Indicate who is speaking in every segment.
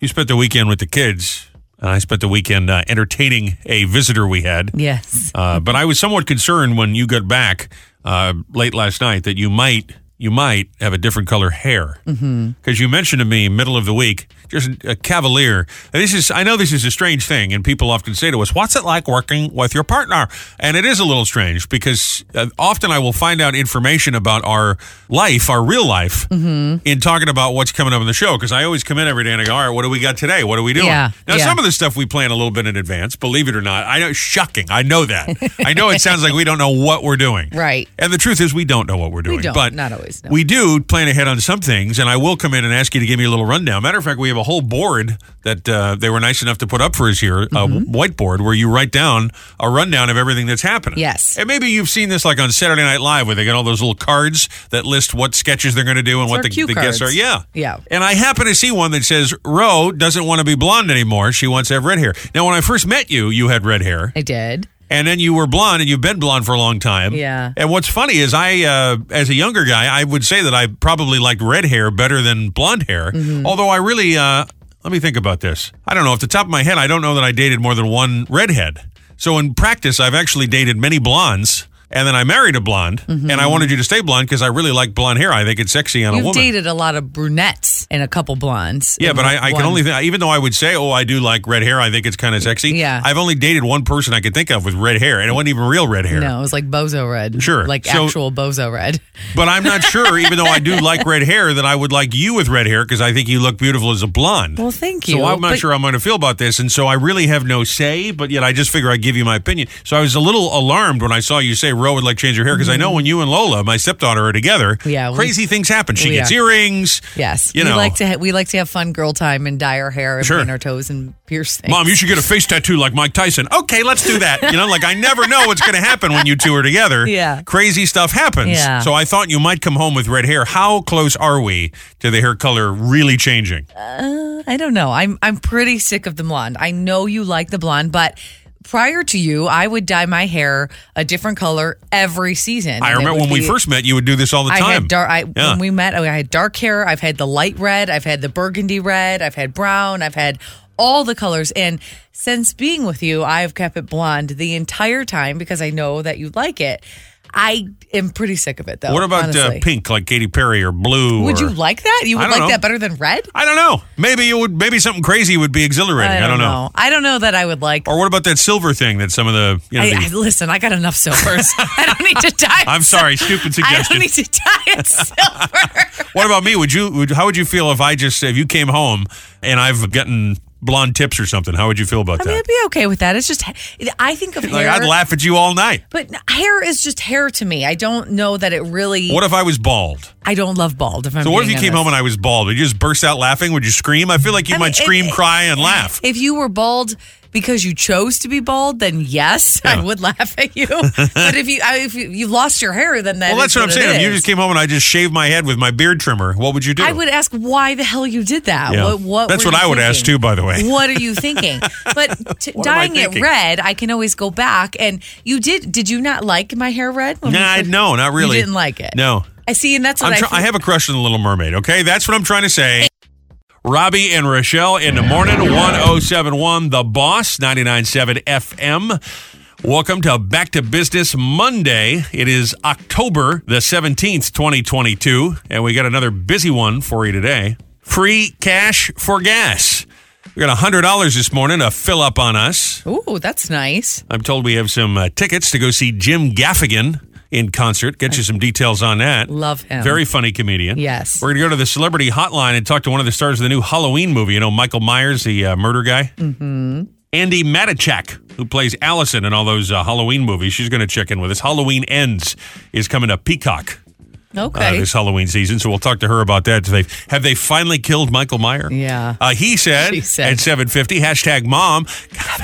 Speaker 1: you spent the weekend with the kids. and I spent the weekend uh, entertaining a visitor we had.
Speaker 2: Yes.
Speaker 1: Uh, but I was somewhat concerned when you got back uh, late last night that you might you might have a different color hair because
Speaker 2: Mm-hmm.
Speaker 1: you mentioned to me middle of the week just a cavalier. And this is I know this is a strange thing, and people often say to us, "What's it like working with your partner?" And it is a little strange because uh, often I will find out information about our life, our real life,
Speaker 2: Mm-hmm.
Speaker 1: in talking about what's coming up on the show. Because I always come in every day and I go, "All right, what do we got today? What are we doing?"
Speaker 2: Yeah,
Speaker 1: now
Speaker 2: yeah.
Speaker 1: some of the stuff we plan a little bit in advance, believe it or not. I know shocking. I know that. I know it sounds like we don't know what we're doing.
Speaker 2: Right.
Speaker 1: And the truth is we don't know what we're doing.
Speaker 2: don't.
Speaker 1: But
Speaker 2: Not always, no.
Speaker 1: We do plan ahead on some things, and I will come in and ask you to give me a little rundown. Matter of fact, we have a whole board that uh, they were nice enough to put up for us here, a
Speaker 2: Mm-hmm.
Speaker 1: whiteboard where you write down a rundown of everything that's happening.
Speaker 2: Yes.
Speaker 1: And maybe you've seen this like on Saturday Night Live where they got all those little cards that list what sketches they're going to do and what
Speaker 2: our
Speaker 1: the,
Speaker 2: cue
Speaker 1: the guests are.
Speaker 2: cards.
Speaker 1: Yeah.
Speaker 2: Yeah.
Speaker 1: And I happen to see one that says Ro doesn't want to be blonde anymore. She wants to have red hair. Now, when I first met you, you had red hair,
Speaker 2: I did.
Speaker 1: and then you were blonde, and you've been blonde for a long time.
Speaker 2: Yeah.
Speaker 1: And what's funny is, I, uh, as a younger guy, I would say that I probably liked red hair better than blonde hair.
Speaker 2: Mm-hmm.
Speaker 1: Although I really, uh, let me think about this. I don't know. Off the top of my head, I don't know that I dated more than one redhead. So in practice, I've actually dated many blondes. And then I married a blonde, and I wanted you to stay blonde because I really like blonde hair. I think it's sexy on a
Speaker 2: Mm-hmm. You've
Speaker 1: woman.
Speaker 2: dated a lot of brunettes and a couple blondes.
Speaker 1: Yeah,
Speaker 2: and
Speaker 1: but I, I can
Speaker 2: one-
Speaker 1: only think, even though I would say, oh, I do like red hair. I think it's kind of sexy.
Speaker 2: Yeah.
Speaker 1: I've only dated one person I could think of with red hair, and it wasn't even real red hair.
Speaker 2: No, it was like bozo red.
Speaker 1: Sure.
Speaker 2: Like
Speaker 1: So-
Speaker 2: actual bozo red.
Speaker 1: But I'm not sure, even though I do like red hair, that I would like you with red hair because I think you look beautiful as a blonde.
Speaker 2: Well, thank you.
Speaker 1: so I'm not
Speaker 2: but-
Speaker 1: sure I'm going to feel about this, and so I really have no say. But yet, I just figure I give you my opinion. So I was a little alarmed when I saw you say Ro would like change your hair because I know when you and Lola, my stepdaughter, are together,
Speaker 2: Mm-hmm. Yeah, we-
Speaker 1: crazy things happen. She
Speaker 2: we
Speaker 1: gets
Speaker 2: are.
Speaker 1: earrings.
Speaker 2: Yes.
Speaker 1: you
Speaker 2: we
Speaker 1: know,
Speaker 2: like to ha- we like to have fun girl time and dye our hair and
Speaker 1: Sure.
Speaker 2: paint our toes and pierce things.
Speaker 1: Mom, you should get a face tattoo like Mike Tyson. Okay, let's do that. You know, like I never know what's going to happen when you two are together.
Speaker 2: Yeah.
Speaker 1: Crazy stuff happens.
Speaker 2: Yeah.
Speaker 1: So I thought you might come home with red hair. How close are we to the hair color really changing?
Speaker 2: Uh, I don't know. I'm I'm pretty sick of the blonde. I know you like the blonde, but prior to you, I would dye my hair a different color every season.
Speaker 1: I
Speaker 2: And it
Speaker 1: remember
Speaker 2: would
Speaker 1: when we
Speaker 2: be-
Speaker 1: first met, you would do this all the time.
Speaker 2: I had dark. I,
Speaker 1: Yeah.
Speaker 2: When we met, oh, I had dark hair. I've had the light red. I've had the burgundy red. I've had brown. I've had all the colors. And since being with you, I've kept it blonde the entire time because I know that you like it. I am pretty sick of it though.
Speaker 1: what about uh,
Speaker 2: honestly.
Speaker 1: pink like Katy Perry or blue?
Speaker 2: Would
Speaker 1: or-
Speaker 2: you like that? You
Speaker 1: I
Speaker 2: would
Speaker 1: don't
Speaker 2: like
Speaker 1: know.
Speaker 2: that better than red?
Speaker 1: I don't know. Maybe you would. Maybe something crazy would be exhilarating. I don't, know.
Speaker 2: I don't know that I would like.
Speaker 1: Or what about that silver thing that some of the you know?
Speaker 2: I, I,
Speaker 1: the,
Speaker 2: listen, I got enough silvers. I don't need to die.
Speaker 1: I'm sorry, stupid
Speaker 2: I
Speaker 1: suggestion.
Speaker 2: don't need to die in silver.
Speaker 1: What about me? Would you? Would, how would you feel if I just if you came home and I've gotten blonde tips or something? How would you feel about
Speaker 2: I
Speaker 1: that?
Speaker 2: mean, I'd be okay with that. It's just, I think of
Speaker 1: like
Speaker 2: hair.
Speaker 1: I'd laugh at you all night.
Speaker 2: But hair is just hair to me. I don't know that it really.
Speaker 1: What if I was bald?
Speaker 2: I don't love bald. If I'm
Speaker 1: So what if
Speaker 2: being
Speaker 1: you came home and
Speaker 2: honest.
Speaker 1: I was bald? Would you just burst out laughing? Would you scream? I feel like you
Speaker 2: I
Speaker 1: might
Speaker 2: mean, it-
Speaker 1: scream,
Speaker 2: it-
Speaker 1: cry, and laugh.
Speaker 2: If you were bald because you chose to be bald, then yes, I would laugh at you. but if you I, if you, you lost your hair, then that
Speaker 1: well,
Speaker 2: is
Speaker 1: that's what I'm
Speaker 2: it
Speaker 1: saying. If you
Speaker 2: is.
Speaker 1: just came home and I just shaved my head with my beard trimmer, what would you do?
Speaker 2: I would ask why the hell you did that.
Speaker 1: Yeah.
Speaker 2: What, what
Speaker 1: That's
Speaker 2: were
Speaker 1: what
Speaker 2: you
Speaker 1: I would ask,
Speaker 2: thinking?
Speaker 1: too, by the way.
Speaker 2: What are you thinking? But t-
Speaker 1: am I
Speaker 2: dyeing it
Speaker 1: thinking?
Speaker 2: red, I can always go back. And you did. Did you not like my hair red? when we
Speaker 1: Nah, I-
Speaker 2: first-
Speaker 1: no, not really.
Speaker 2: You didn't like it.
Speaker 1: No.
Speaker 2: I see, and that's what
Speaker 1: I'm
Speaker 2: I,
Speaker 1: try-
Speaker 2: feel-
Speaker 1: I have a crush on the Little Mermaid, okay? That's what I'm trying to say. Robbie and Rochelle in the morning, 1071, The Boss, 997 FM. Welcome to Back to Business Monday. It is October the 17th, 2022, and we got another busy one for you today. Free cash for gas. We got $100 this morning to fill up on us.
Speaker 2: Ooh, that's nice.
Speaker 1: I'm told we have some uh, tickets to go see Jim Gaffigan in concert. Get you some details on that.
Speaker 2: Love him.
Speaker 1: Very funny comedian.
Speaker 2: Yes.
Speaker 1: We're going to go to the celebrity hotline and talk to one of the stars of the new Halloween movie. You know, Michael Myers, the uh, murder guy. Mm-hmm. Andy Matichak, who plays Allison in all those uh, Halloween movies. She's going to check in with us. Halloween Ends is coming to Peacock.
Speaker 2: Okay.
Speaker 1: Uh, this Halloween season, so we'll talk to her about that. Do they- have they finally killed Michael Meyer?
Speaker 2: Yeah.
Speaker 1: Uh, he said,
Speaker 2: She said.
Speaker 1: at 750, hashtag mom,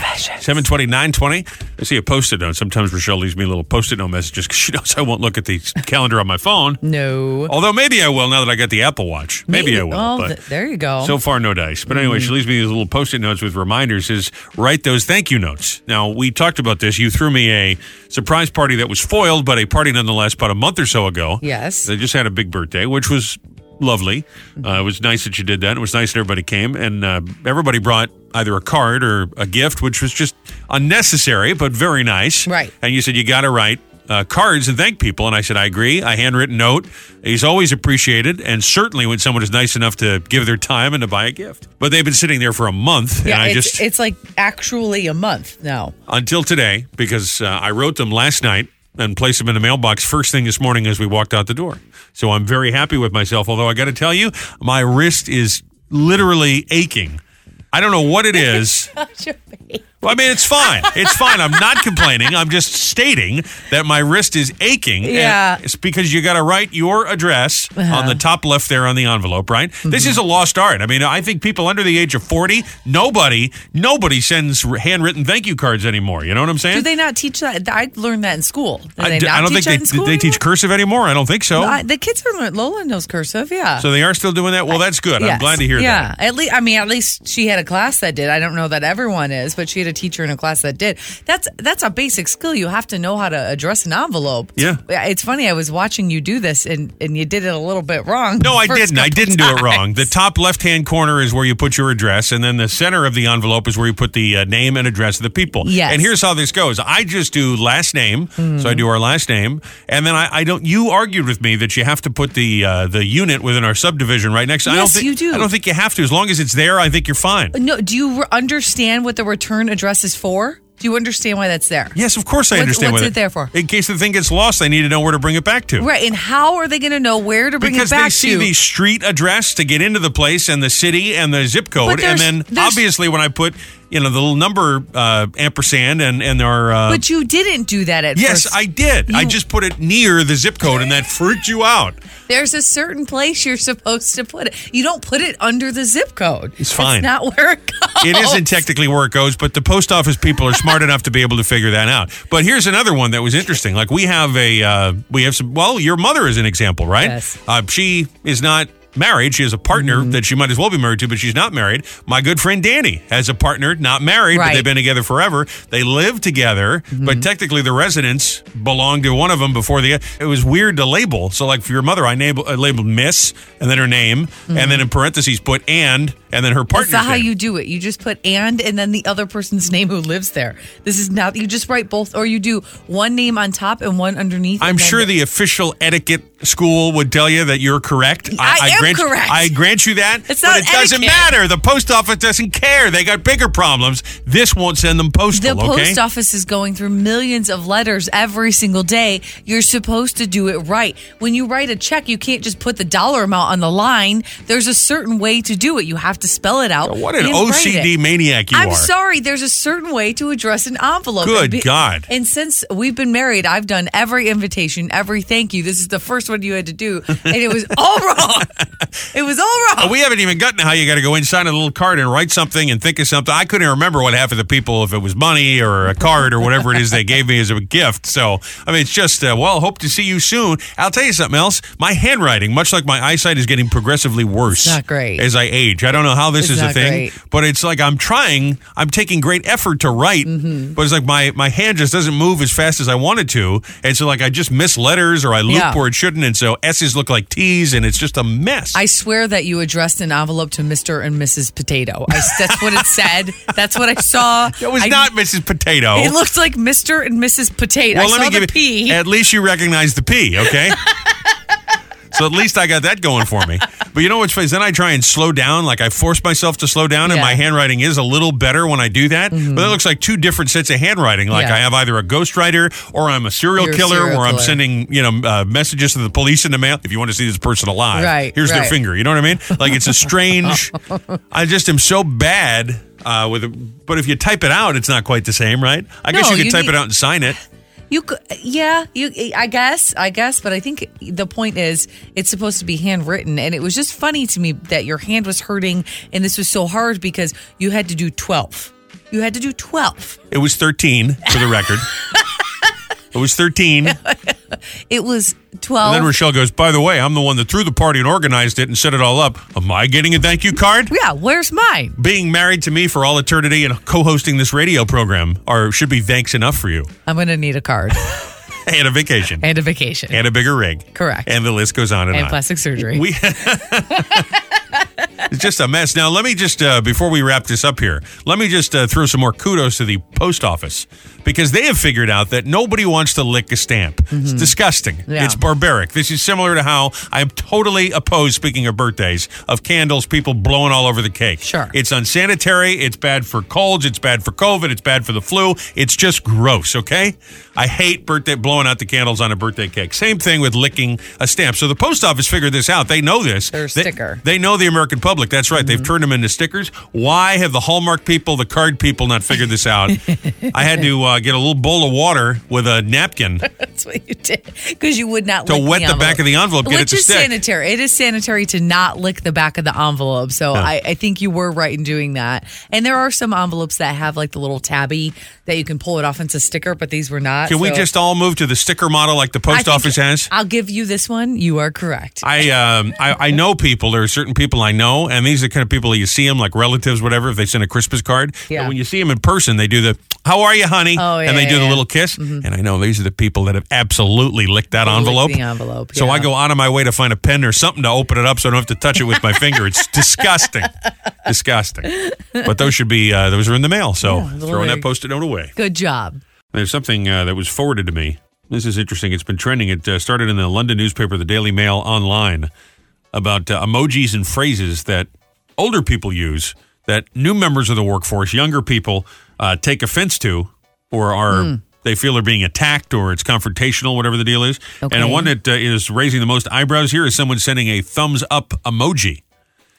Speaker 1: 720, 920. I see a post-it note. Sometimes Rochelle leaves me little post-it note messages because she knows I won't look at the calendar on my phone.
Speaker 2: No.
Speaker 1: Although maybe I will now that I got the Apple Watch. Maybe, I will.
Speaker 2: Oh,
Speaker 1: but
Speaker 2: th- there you go.
Speaker 1: so far, no dice. But anyway, she leaves me these little post-it notes with reminders. Is write those thank you notes. Now we talked about this. You threw me a surprise party that was foiled, but a party nonetheless, about a month or so ago.
Speaker 2: Yes. Mm-hmm.
Speaker 1: they just had a big birthday, which was lovely. Uh, it was nice that you did that. It was nice that everybody came, and uh, everybody brought either a card or a gift, which was just unnecessary but very nice.
Speaker 2: Right.
Speaker 1: And you said you got to write uh, cards and thank people, and I said I agree. A handwritten note is always appreciated, and certainly when someone is nice enough to give their time and to buy a gift. But they've been sitting there for a month, and
Speaker 2: Yeah,
Speaker 1: I
Speaker 2: it's,
Speaker 1: just
Speaker 2: it's like actually a month now.
Speaker 1: until today because uh, I wrote them last night and placed them in the mailbox first thing this morning as we walked out the door. So I'm very happy with myself. Although I got to tell you, my wrist is literally aching. I don't know what it is. Well, I mean, it's fine. It's fine. I'm not complaining. I'm just stating that my wrist is aching. and
Speaker 2: Yeah. Uh-huh.
Speaker 1: It's because you got to write your address on the top left there on the envelope, right? This
Speaker 2: Mm-hmm.
Speaker 1: is a lost art. I mean, I think people under the age of 40, nobody, nobody sends r- handwritten thank you cards anymore. You know what I'm saying?
Speaker 2: Do they not teach that? I learned that in school. Do
Speaker 1: I,
Speaker 2: they
Speaker 1: d-
Speaker 2: not
Speaker 1: I don't think
Speaker 2: teach that
Speaker 1: they,
Speaker 2: in school
Speaker 1: they teach
Speaker 2: anymore?
Speaker 1: cursive anymore. I don't think so.
Speaker 2: I- the kids are learning. Lola knows cursive. Yeah.
Speaker 1: so they are still doing that? Well, that's good. I'm
Speaker 2: Yes.
Speaker 1: glad to hear that.
Speaker 2: Yeah, at least I mean, at least she had a class that did. I don't know that everyone is, but she had a teacher in a class that did. That's that's a basic skill. You have to know how to address an envelope.
Speaker 1: Yeah.
Speaker 2: it's funny. I was watching you do this, and and you did it a little bit wrong.
Speaker 1: No, Oh,
Speaker 2: the
Speaker 1: I
Speaker 2: first
Speaker 1: didn't. I
Speaker 2: couple
Speaker 1: didn't do it wrong. The
Speaker 2: times.
Speaker 1: top left hand corner is where you put your address, and then the center of the envelope is where you put the uh, name and address of the people.
Speaker 2: Yes. Mm.
Speaker 1: And here's how this goes I just do last name, so I do our last name, and then I, I don't. You argued with me that you have to put the uh, the unit within our subdivision right next to I don't
Speaker 2: Yes,
Speaker 1: think,
Speaker 2: you do. Uh,
Speaker 1: I don't think you have to. As long as it's there, I think you're fine.
Speaker 2: no, do you re- understand what the return address is for? Do you understand why that's there?
Speaker 1: Yes, of course I
Speaker 2: What's-
Speaker 1: understand.
Speaker 2: what's
Speaker 1: with
Speaker 2: it there for?
Speaker 1: In case the thing gets lost, they need to know where to bring it back to.
Speaker 2: Right, and how are they going to know where to bring
Speaker 1: because
Speaker 2: it back
Speaker 1: they see
Speaker 2: to?
Speaker 1: the street address to get into the place and the city and the zip code, and
Speaker 2: there's-
Speaker 1: then
Speaker 2: there's-
Speaker 1: obviously when I put you know the little number uh, ampersand and and our uh,
Speaker 2: but you didn't do that at
Speaker 1: yes,
Speaker 2: first.
Speaker 1: I did. I just put it near the zip code, and that freaked you out.
Speaker 2: There's a certain place you're supposed to put it. You don't put it under the zip code.
Speaker 1: It's fine.
Speaker 2: That's not where it goes.
Speaker 1: It isn't technically where it goes, but the post office people are smart enough to be able to figure that out. But here's another one that was interesting. Like we have a uh, we have some. Well, your mother is an example, right?
Speaker 2: Yes. Mm-hmm.
Speaker 1: Uh, she is not married. She has a partner that she might as well be married to, but she's not married. My good friend Danny has a partner, not married, but
Speaker 2: Right. Mm-hmm.
Speaker 1: they've been together forever. They live together, but technically the residence belonged to one of them before the. It was weird to label. So, like for your mother, I, nab- I labeled Miss and then her name,
Speaker 2: Mm-hmm.
Speaker 1: and then in parentheses put and, and then her
Speaker 2: That's
Speaker 1: partner's
Speaker 2: not how
Speaker 1: name.
Speaker 2: you do it. You just put and and then the other person's name who lives there. This is not, you just write both, or you do one name on top and one underneath.
Speaker 1: I'm
Speaker 2: and then
Speaker 1: sure the official etiquette school would tell you that you're correct.
Speaker 2: I am
Speaker 1: grant,
Speaker 2: correct.
Speaker 1: I grant you that.
Speaker 2: It's
Speaker 1: but
Speaker 2: not
Speaker 1: it doesn't
Speaker 2: etiquette.
Speaker 1: matter. The post office doesn't care. They got bigger problems. This won't send them
Speaker 2: The
Speaker 1: postal. okay.
Speaker 2: post office is going through millions of letters every single day. You're supposed to do it right. When you write a check, you can't just put the dollar amount on the line. There's a certain way to do it. You have to spell it out.
Speaker 1: what an
Speaker 2: and write it.
Speaker 1: OCD maniac you
Speaker 2: I'm
Speaker 1: are.
Speaker 2: sorry. There's a certain way to address an envelope.
Speaker 1: Good
Speaker 2: And
Speaker 1: God.
Speaker 2: And since we've been married, I've done every invitation, every thank you. This is the first one you had to do, and it was all wrong. It was all
Speaker 1: Uh,
Speaker 2: wrong.
Speaker 1: we haven't even gotten to how you got to go inside a little card and write something and think of something. I couldn't remember what half of the people, if it was money or a card or whatever it is they gave me as a gift. So, I mean, it's just, uh, well, hope to see you soon. I'll tell you something else. My handwriting, much like my eyesight, is getting progressively worse.
Speaker 2: not great.
Speaker 1: As I age. I don't know how this
Speaker 2: It's
Speaker 1: is a
Speaker 2: not
Speaker 1: thing,
Speaker 2: great.
Speaker 1: but it's like I'm trying, I'm taking great effort to write,
Speaker 2: Mm-hmm.
Speaker 1: but it's like my, my hand just doesn't move as fast as I want it to. And so, like, I just miss letters or I loop
Speaker 2: Yeah.
Speaker 1: where it shouldn't. And so S's look like T's and it's just a mess.
Speaker 2: I swear that you addressed an envelope to Mr. and Mrs. Potato. I, that's what it said. That's what I saw.
Speaker 1: It was
Speaker 2: I-
Speaker 1: not Mrs. Potato.
Speaker 2: It looked like Mr. and Mrs. Potato. I saw the P.
Speaker 1: you. At least you recognize the P, okay? so at least I got that going for me. But you know what's funny? is Then I try and slow down. Like I force myself to slow down, and
Speaker 2: Yeah. Mm-hmm.
Speaker 1: my handwriting is a little better when I do that. But it looks like two different sets of handwriting. Like
Speaker 2: Yeah.
Speaker 1: I have either a ghostwriter or I'm a serial
Speaker 2: You're a
Speaker 1: killer,
Speaker 2: serial
Speaker 1: where I'm
Speaker 2: killer.
Speaker 1: sending you know uh, messages to the police in the mail. If you want to see this person alive,
Speaker 2: Right,
Speaker 1: Here's their
Speaker 2: right.
Speaker 1: finger. You know what I mean? Like it's a strange. I just am so bad. Uh, with but if you type it out, it's not quite the same, right? I guess
Speaker 2: No,
Speaker 1: you could
Speaker 2: you
Speaker 1: type
Speaker 2: need-
Speaker 1: it out and sign it.
Speaker 2: You could, yeah, you. I guess, I guess, but I think the point is, it's supposed to be handwritten, and it was just funny to me that your hand was hurting, and this was so hard because you had to do twelve. You had to do twelve.
Speaker 1: It was 13 for the record. it was 13. And
Speaker 2: It was twelve.
Speaker 1: then Rochelle goes, By the way, I'm the one that threw the party and organized it and set it all up. Am I getting a thank you card?
Speaker 2: yeah, where's mine?
Speaker 1: Being married to me for all eternity and co hosting this radio program are, should be thanks enough for you.
Speaker 2: I'm gonna need a card.
Speaker 1: and a vacation
Speaker 2: and a vacation.
Speaker 1: and a bigger rig.
Speaker 2: Correct.
Speaker 1: And the list goes on and,
Speaker 2: and
Speaker 1: on.
Speaker 2: plastic surgery.
Speaker 1: We it's just a mess. Now, let me just uh, before we wrap this up here, let me just uh, throw some more kudos to the post office because they have figured out that nobody wants to lick a stamp. It's disgusting.
Speaker 2: Mm-hmm. Yeah.
Speaker 1: It's barbaric. This is similar to how I am totally opposed. Speaking of birthdays, of candles, people blowing all over the cake.
Speaker 2: Sure.
Speaker 1: it's unsanitary. It's bad for colds. It's bad for COVID. It's bad for the flu. It's just gross. Okay, I hate birthday blowing out the candles on a birthday cake. Same thing with licking a stamp. So the post office figured this out. They know this.
Speaker 2: Their
Speaker 1: They-
Speaker 2: sticker. Mm-hmm.
Speaker 1: They, know the American public. That's right. They've turned them into stickers. Why have the Hallmark people, the card people, not figured this out? I had to uh, get a little bowl of water with a napkin
Speaker 2: That's what you did because you would not
Speaker 1: to
Speaker 2: lick
Speaker 1: wet the,
Speaker 2: envelope.
Speaker 1: back of the envelope, get it
Speaker 2: Which
Speaker 1: to
Speaker 2: is
Speaker 1: stick.
Speaker 2: sanitary. It is sanitary to not lick the back of the envelope. So I, I think you were right in doing that. And there are some envelopes that have like the little tabby that you can pull it off into sticker, but these were not.
Speaker 1: Can we
Speaker 2: So
Speaker 1: just all move to the sticker model like the
Speaker 2: I
Speaker 1: post
Speaker 2: think
Speaker 1: office has?
Speaker 2: I'll give you this one. You are correct.
Speaker 1: I, um, I I know people. There are certain people I know, and these are the kind of people you see them like relatives, whatever. If they send a Christmas card,
Speaker 2: Yeah.
Speaker 1: but when you see them in person, they do the "How are you, honey?"
Speaker 2: Oh, yeah,
Speaker 1: and they
Speaker 2: yeah, Mm-hmm.
Speaker 1: do the
Speaker 2: yeah.
Speaker 1: little kiss. And I know these are the people that have absolutely licked that
Speaker 2: Lick
Speaker 1: envelope.
Speaker 2: the envelope.
Speaker 1: So I
Speaker 2: yeah.
Speaker 1: go out of my way to find a pen or something to open it up, so I don't have to touch it with my finger. It's disgusting, disgusting. But those should be uh, those are in the mail. So
Speaker 2: Yeah, well,
Speaker 1: throwing
Speaker 2: there-
Speaker 1: that post-it note away.
Speaker 2: Good job.
Speaker 1: There's something uh, that was forwarded to me. This is interesting. It's been trending. It uh, started in the London newspaper, the Daily Mail, online about uh, emojis and phrases that older people use that new members of the workforce, younger people, uh, take offense to or are. They feel they're being attacked or it's confrontational, whatever the deal is. And
Speaker 2: Okay.
Speaker 1: the one that uh, is raising the most eyebrows here is someone sending a thumbs up emoji.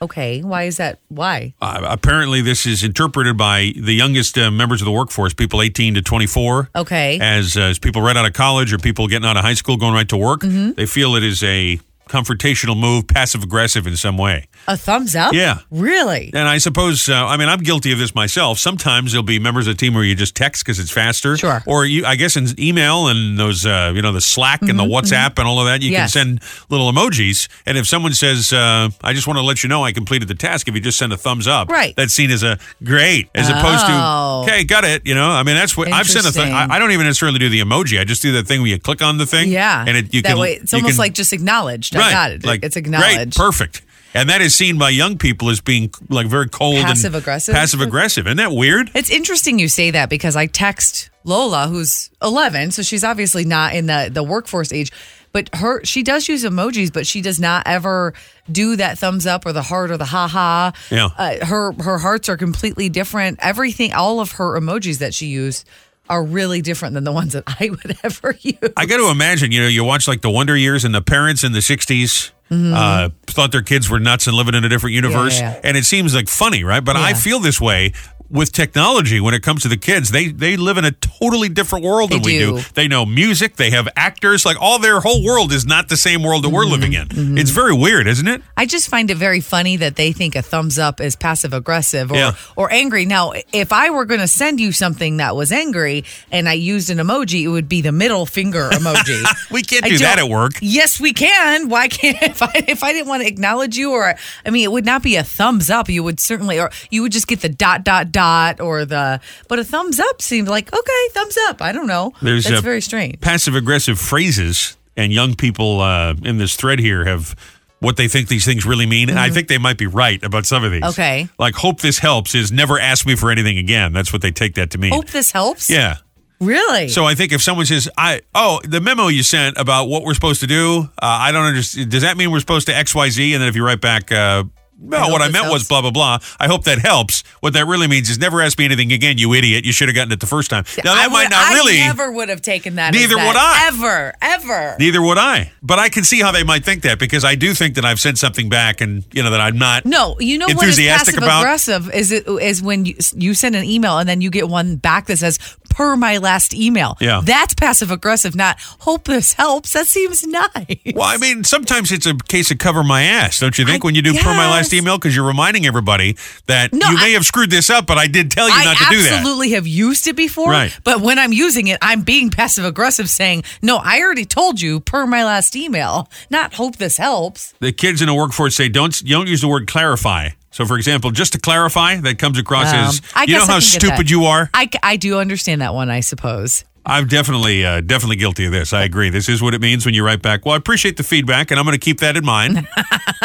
Speaker 2: Okay. Why is that? Why?
Speaker 1: Uh, apparently, this is interpreted by the youngest uh, members of the workforce, people 18 to 24
Speaker 2: Okay.
Speaker 1: as uh, as people right out of college or people getting out of high school going right to work, they feel it is a confrontational move, passive aggressive in some way.
Speaker 2: a thumbs up?
Speaker 1: Yeah.
Speaker 2: Really?
Speaker 1: And I suppose, uh, I mean, I'm guilty of this myself. Sometimes there'll be members of the team where you just text because it's faster.
Speaker 2: Sure.
Speaker 1: Or you, I guess, in email and those, uh, you know, the Slack and the WhatsApp and all of that, you
Speaker 2: Mm-hmm, Yes.
Speaker 1: can send little emojis. And if someone says, uh, "I just want to let you know I completed the task," if you just send a thumbs up,
Speaker 2: Right.
Speaker 1: That's seen as a great, as opposed
Speaker 2: Oh.
Speaker 1: to, "Okay, got it." You know, I mean, that's what I've sent a. Th-
Speaker 2: Interesting.
Speaker 1: I, I don't even necessarily do the emoji. I just do that thing where you click on the thing.
Speaker 2: Yeah.
Speaker 1: And it you
Speaker 2: that
Speaker 1: can
Speaker 2: way, it's
Speaker 1: you
Speaker 2: almost
Speaker 1: can-
Speaker 2: like just acknowledged. I got it. it's
Speaker 1: Great,
Speaker 2: acknowledged.
Speaker 1: perfect. And that is seen by young people as being like very cold, and
Speaker 2: Passive-aggressive?
Speaker 1: Passive aggressive, isn't that weird?
Speaker 2: It's interesting you say that because I text Lola, who's 11, so she's obviously not in the the workforce age. But her, she does use emojis, but she does not ever do that thumbs up or the heart or the ha ha.
Speaker 1: Yeah.
Speaker 2: Uh, her her hearts are completely different. Everything, all of her emojis that she used are really different than the ones that I would ever use.
Speaker 1: I got to imagine, you know, you watch like the Wonder Years and the parents in the 60s uh, thought their kids were nuts and living in a different universe.
Speaker 2: Mm-hmm. yeah.
Speaker 1: And it seems like funny, right? But I
Speaker 2: Yeah.
Speaker 1: feel this way with technology when it comes to the kids. They they live in a totally different world than
Speaker 2: They
Speaker 1: we do.
Speaker 2: do.
Speaker 1: They know music, they have actors, like all their whole world is not the same world that we're
Speaker 2: Mm-hmm.
Speaker 1: living in. It's very weird, isn't it?
Speaker 2: I just find it very funny that they think a thumbs up is passive aggressive or,
Speaker 1: Yeah.
Speaker 2: or angry. Now, if I were going to send you something that was angry and I used an emoji, it would be the middle finger emoji.
Speaker 1: We can't
Speaker 2: I
Speaker 1: do that at
Speaker 2: don't-
Speaker 1: work.
Speaker 2: Yes, we can. Why can't if I if I didn't want to acknowledge you or I mean it would not be a thumbs up. You would certainly or you would just get the dot dot dot or the but a thumbs up seems like okay, thumbs up. I don't know.
Speaker 1: There's,
Speaker 2: That's
Speaker 1: uh,
Speaker 2: very strange.
Speaker 1: passive aggressive phrases and young people uh, in this thread here have what they think these things really mean. And I think they might be right about some of these.
Speaker 2: Mm-hmm. Okay.
Speaker 1: Like, hope this helps is never ask me for anything again. That's what they take that to mean.
Speaker 2: Hope this helps.
Speaker 1: Yeah.
Speaker 2: Really?
Speaker 1: So I think if someone says, "I oh the memo you sent about what we're supposed to do," uh, I don't understand. Does that mean we're supposed to X Y Z? And then if you write back, uh, "No,
Speaker 2: hope
Speaker 1: what I
Speaker 2: this
Speaker 1: meant was
Speaker 2: helps."
Speaker 1: blah blah blah." I hope that helps. What that really means is never ask me anything again, you idiot. You should have gotten it the first time. Now that
Speaker 2: I
Speaker 1: might
Speaker 2: would-
Speaker 1: not really.
Speaker 2: I never would have taken that. as
Speaker 1: Neither
Speaker 2: that.
Speaker 1: would I.
Speaker 2: Ever, ever.
Speaker 1: Neither would I. But I can see how they might think that because I do think that I've sent something back and, you know, that I'm not.
Speaker 2: No, you know what is
Speaker 1: Enthusiastic
Speaker 2: passive
Speaker 1: about-
Speaker 2: aggressive is it is when you, you send an email and then you get one back that says per my last email.
Speaker 1: Yeah.
Speaker 2: that's passive aggressive. Not hope this helps. That seems nice.
Speaker 1: Well, I mean, sometimes it's a case of cover my ass, don't you think,
Speaker 2: I
Speaker 1: when you do per my last
Speaker 2: guess.
Speaker 1: email? Because you're reminding everybody that
Speaker 2: No,
Speaker 1: you may
Speaker 2: I-
Speaker 1: have screwed this up, but I did tell you
Speaker 2: I
Speaker 1: not to do that.
Speaker 2: absolutely have used it before,
Speaker 1: Right.
Speaker 2: but when I'm using it, I'm being passive aggressive, saying, "No, I already told you per my last email." Not hope this helps.
Speaker 1: The kids in the workforce say, don't, you don't use the word clarify. So, for example, just to clarify, that comes across
Speaker 2: Um,
Speaker 1: as,
Speaker 2: I
Speaker 1: you know
Speaker 2: guess I
Speaker 1: how
Speaker 2: can get that.
Speaker 1: stupid you are?
Speaker 2: I, I do understand that one, I suppose.
Speaker 1: I'm definitely uh, definitely guilty of this. I agree. This is what it means when you write back. Well, I appreciate the feedback, and I'm going to keep that in mind.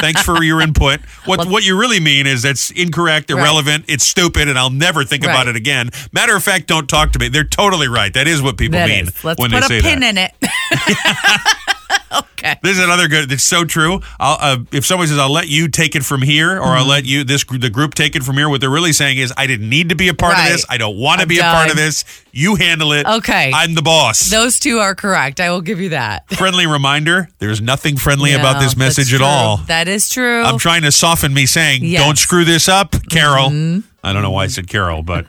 Speaker 1: Thanks for your input. What what you really mean is that's incorrect, irrelevant, it's stupid, and I'll never think about
Speaker 2: Right.
Speaker 1: it again. Matter of fact, don't talk to me. They're totally right. That is what people
Speaker 2: That
Speaker 1: mean
Speaker 2: is. Let's
Speaker 1: when
Speaker 2: put
Speaker 1: they
Speaker 2: a
Speaker 1: say
Speaker 2: pin
Speaker 1: that.
Speaker 2: in it. okay.
Speaker 1: This is another good. It's so true. I'll, uh, if somebody says, "I'll let you take it from here," or
Speaker 2: Mm-hmm.
Speaker 1: "I'll let you this gr- the group take it from here," what they're really saying is, "I didn't need to be a part
Speaker 2: Right.
Speaker 1: of this. I don't want to
Speaker 2: I'm
Speaker 1: be a part of
Speaker 2: done.
Speaker 1: this. You handle it.
Speaker 2: Okay.
Speaker 1: I'm the boss."
Speaker 2: Those two are correct. I will give you that.
Speaker 1: friendly reminder: there's nothing friendly about
Speaker 2: No,
Speaker 1: this message
Speaker 2: that's
Speaker 1: at
Speaker 2: true.
Speaker 1: all.
Speaker 2: That is true.
Speaker 1: I'm trying to soften me saying,
Speaker 2: Yes. Mm-hmm.
Speaker 1: "Don't screw this up, Carol." I don't know why I said Carol, but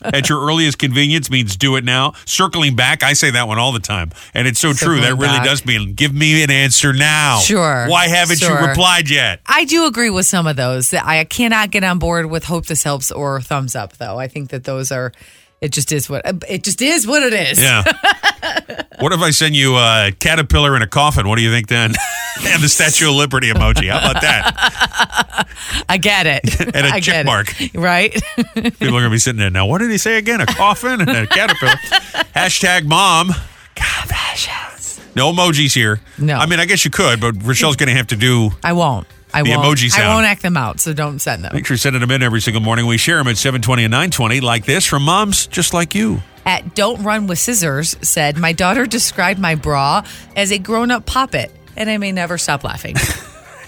Speaker 1: at your earliest convenience means do it now. Circling back, I say that one all the time, and it's so true. That
Speaker 2: Circling
Speaker 1: really
Speaker 2: back.
Speaker 1: does mean give me an answer now.
Speaker 2: Sure,
Speaker 1: Why haven't you
Speaker 2: sure.
Speaker 1: replied yet?
Speaker 2: I do agree with some of those. I cannot get on board with hope this helps or thumbs up though. I think that those are it just is what it just is what it is.
Speaker 1: Yeah. what if I send you a caterpillar in a coffin? What do you think then? and the Statue of Liberty emoji. How about that?
Speaker 2: I get it.
Speaker 1: And a
Speaker 2: I
Speaker 1: check
Speaker 2: get it.
Speaker 1: mark.
Speaker 2: Right?
Speaker 1: People are going to be sitting there now. What did he say again? A coffin and a caterpillar. Hashtag mom. God, Rachelle's. No emojis here.
Speaker 2: No.
Speaker 1: I mean, I guess you could, but Rochelle's going to have to do.
Speaker 2: I won't. I
Speaker 1: The
Speaker 2: won't.
Speaker 1: emoji
Speaker 2: I
Speaker 1: sound.
Speaker 2: won't act them out, so don't send them.
Speaker 1: Make sure you're sending them in every single morning. We share them at 720 and 920 like this from moms just like you.
Speaker 2: At Don't Run with Scissors said, My daughter described my bra as a grown up poppet, and I may never stop laughing.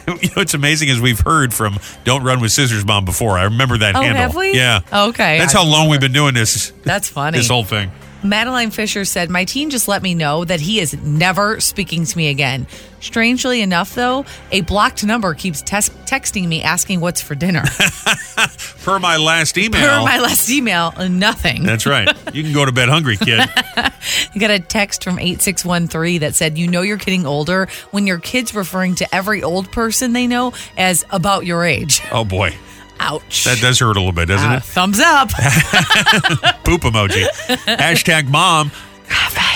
Speaker 1: you know, it's amazing as we've heard from Don't Run with Scissors Mom before. I remember that
Speaker 2: Oh,
Speaker 1: handle.
Speaker 2: have we?
Speaker 1: Yeah.
Speaker 2: Okay.
Speaker 1: That's
Speaker 2: I
Speaker 1: how long we've been doing this.
Speaker 2: That's funny.
Speaker 1: This whole thing.
Speaker 2: Madeline Fisher said, My teen just let me know that he is never speaking to me again. Strangely enough, though, a blocked number keeps tes- texting me asking what's for dinner.
Speaker 1: Per my last email.
Speaker 2: Per my last email, nothing.
Speaker 1: that's right. You can go to bed hungry, kid.
Speaker 2: I got a text from 8613 that said, You know, you're getting older when your kid's referring to every old person they know as about your age.
Speaker 1: Oh boy,
Speaker 2: Ouch.
Speaker 1: that does hurt a little bit, doesn't
Speaker 2: Uh, thumbs up.
Speaker 1: it? Poop emoji. Hashtag mom.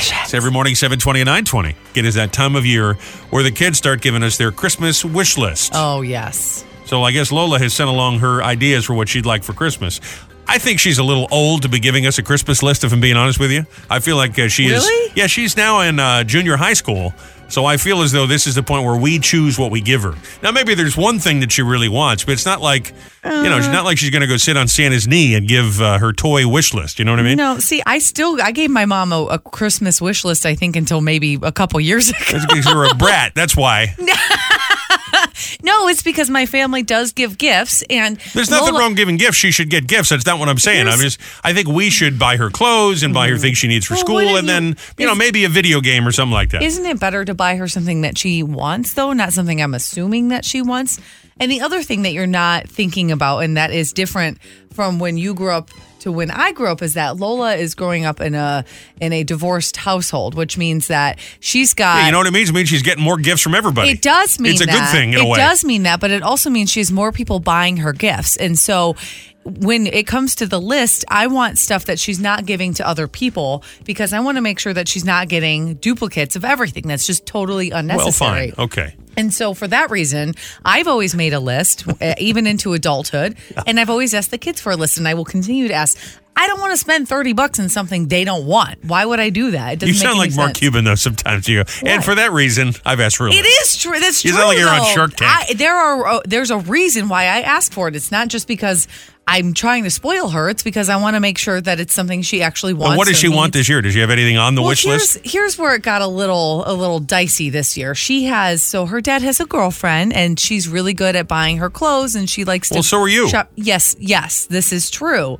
Speaker 1: It's every morning, 720 and 920. It is that time of year where the kids start giving us their Christmas wish list.
Speaker 2: oh, yes.
Speaker 1: So I guess Lola has sent along her ideas for what she'd like for Christmas. I think she's a little old to be giving us a Christmas list, if I'm being honest with you. I feel like uh, she
Speaker 2: Really?
Speaker 1: is. Yeah, she's now in uh, junior high school. So I feel as though this is the point where we choose what we give her. Now, maybe there's one thing that she really wants, but it's not like, you know, it's
Speaker 2: Uh.
Speaker 1: not like she's going to go sit on Santa's knee and give uh, her toy wish list. You know what I mean?
Speaker 2: No, see, I still I gave my mom a, a Christmas wish list. I think until maybe a couple years ago.
Speaker 1: That's because you're a brat. That's why.
Speaker 2: No, it's because my family does give gifts, and
Speaker 1: There's nothing
Speaker 2: Lola-
Speaker 1: wrong giving gifts. She should get gifts. That's not what I'm saying. I'm
Speaker 2: Here's-
Speaker 1: just. I think we should buy her clothes and buy her things she needs for
Speaker 2: Well,
Speaker 1: school,
Speaker 2: wouldn't
Speaker 1: and then
Speaker 2: you-
Speaker 1: you know
Speaker 2: is-
Speaker 1: maybe a video game or something like that.
Speaker 2: Isn't it better to buy her something that she wants, though? Not something I'm assuming that she wants. And the other thing that you're not thinking about, and that is different from when you grew up to when I grew up, is that Lola is growing up in a in a divorced household, which means that she's got
Speaker 1: Yeah, you know what it means? It means she's getting more gifts from everybody.
Speaker 2: It does mean
Speaker 1: it's a
Speaker 2: that.
Speaker 1: good thing in
Speaker 2: it
Speaker 1: a way.
Speaker 2: does mean that, but it also means she has more people buying her gifts, and so when it comes to the list, I want stuff that she's not giving to other people because I want to make sure that she's not getting duplicates of everything. That's just totally
Speaker 1: Well,
Speaker 2: unnecessary.
Speaker 1: fine. Okay.
Speaker 2: And so for that reason, I've always made a list, uh, even into adulthood, and I've always asked the kids for a list, and I will continue to ask. I don't want to spend thirty bucks on something they don't want. Why would I do that? It doesn't
Speaker 1: You
Speaker 2: make
Speaker 1: sound
Speaker 2: any
Speaker 1: like Mark
Speaker 2: sense.
Speaker 1: Cuban though. Sometimes you. And
Speaker 2: What?
Speaker 1: for that reason, I've asked for. a
Speaker 2: It
Speaker 1: list.
Speaker 2: is true. That's
Speaker 1: You
Speaker 2: true.
Speaker 1: sound like you're on
Speaker 2: though.
Speaker 1: Shark Tank.
Speaker 2: I, there are uh, there's a reason why I ask for it. It's not just because I'm trying to spoil her. It's because I want to make sure that it's something she actually wants.
Speaker 1: And what does
Speaker 2: or
Speaker 1: she want
Speaker 2: needs.
Speaker 1: this year? Does she have anything on the
Speaker 2: Well,
Speaker 1: wish
Speaker 2: here's,
Speaker 1: list?
Speaker 2: here's where it got a little a little dicey this year. She has so her dad has a girlfriend and she's really good at buying her clothes and she likes to
Speaker 1: Well, so are you.
Speaker 2: shop- Yes, yes, this is true.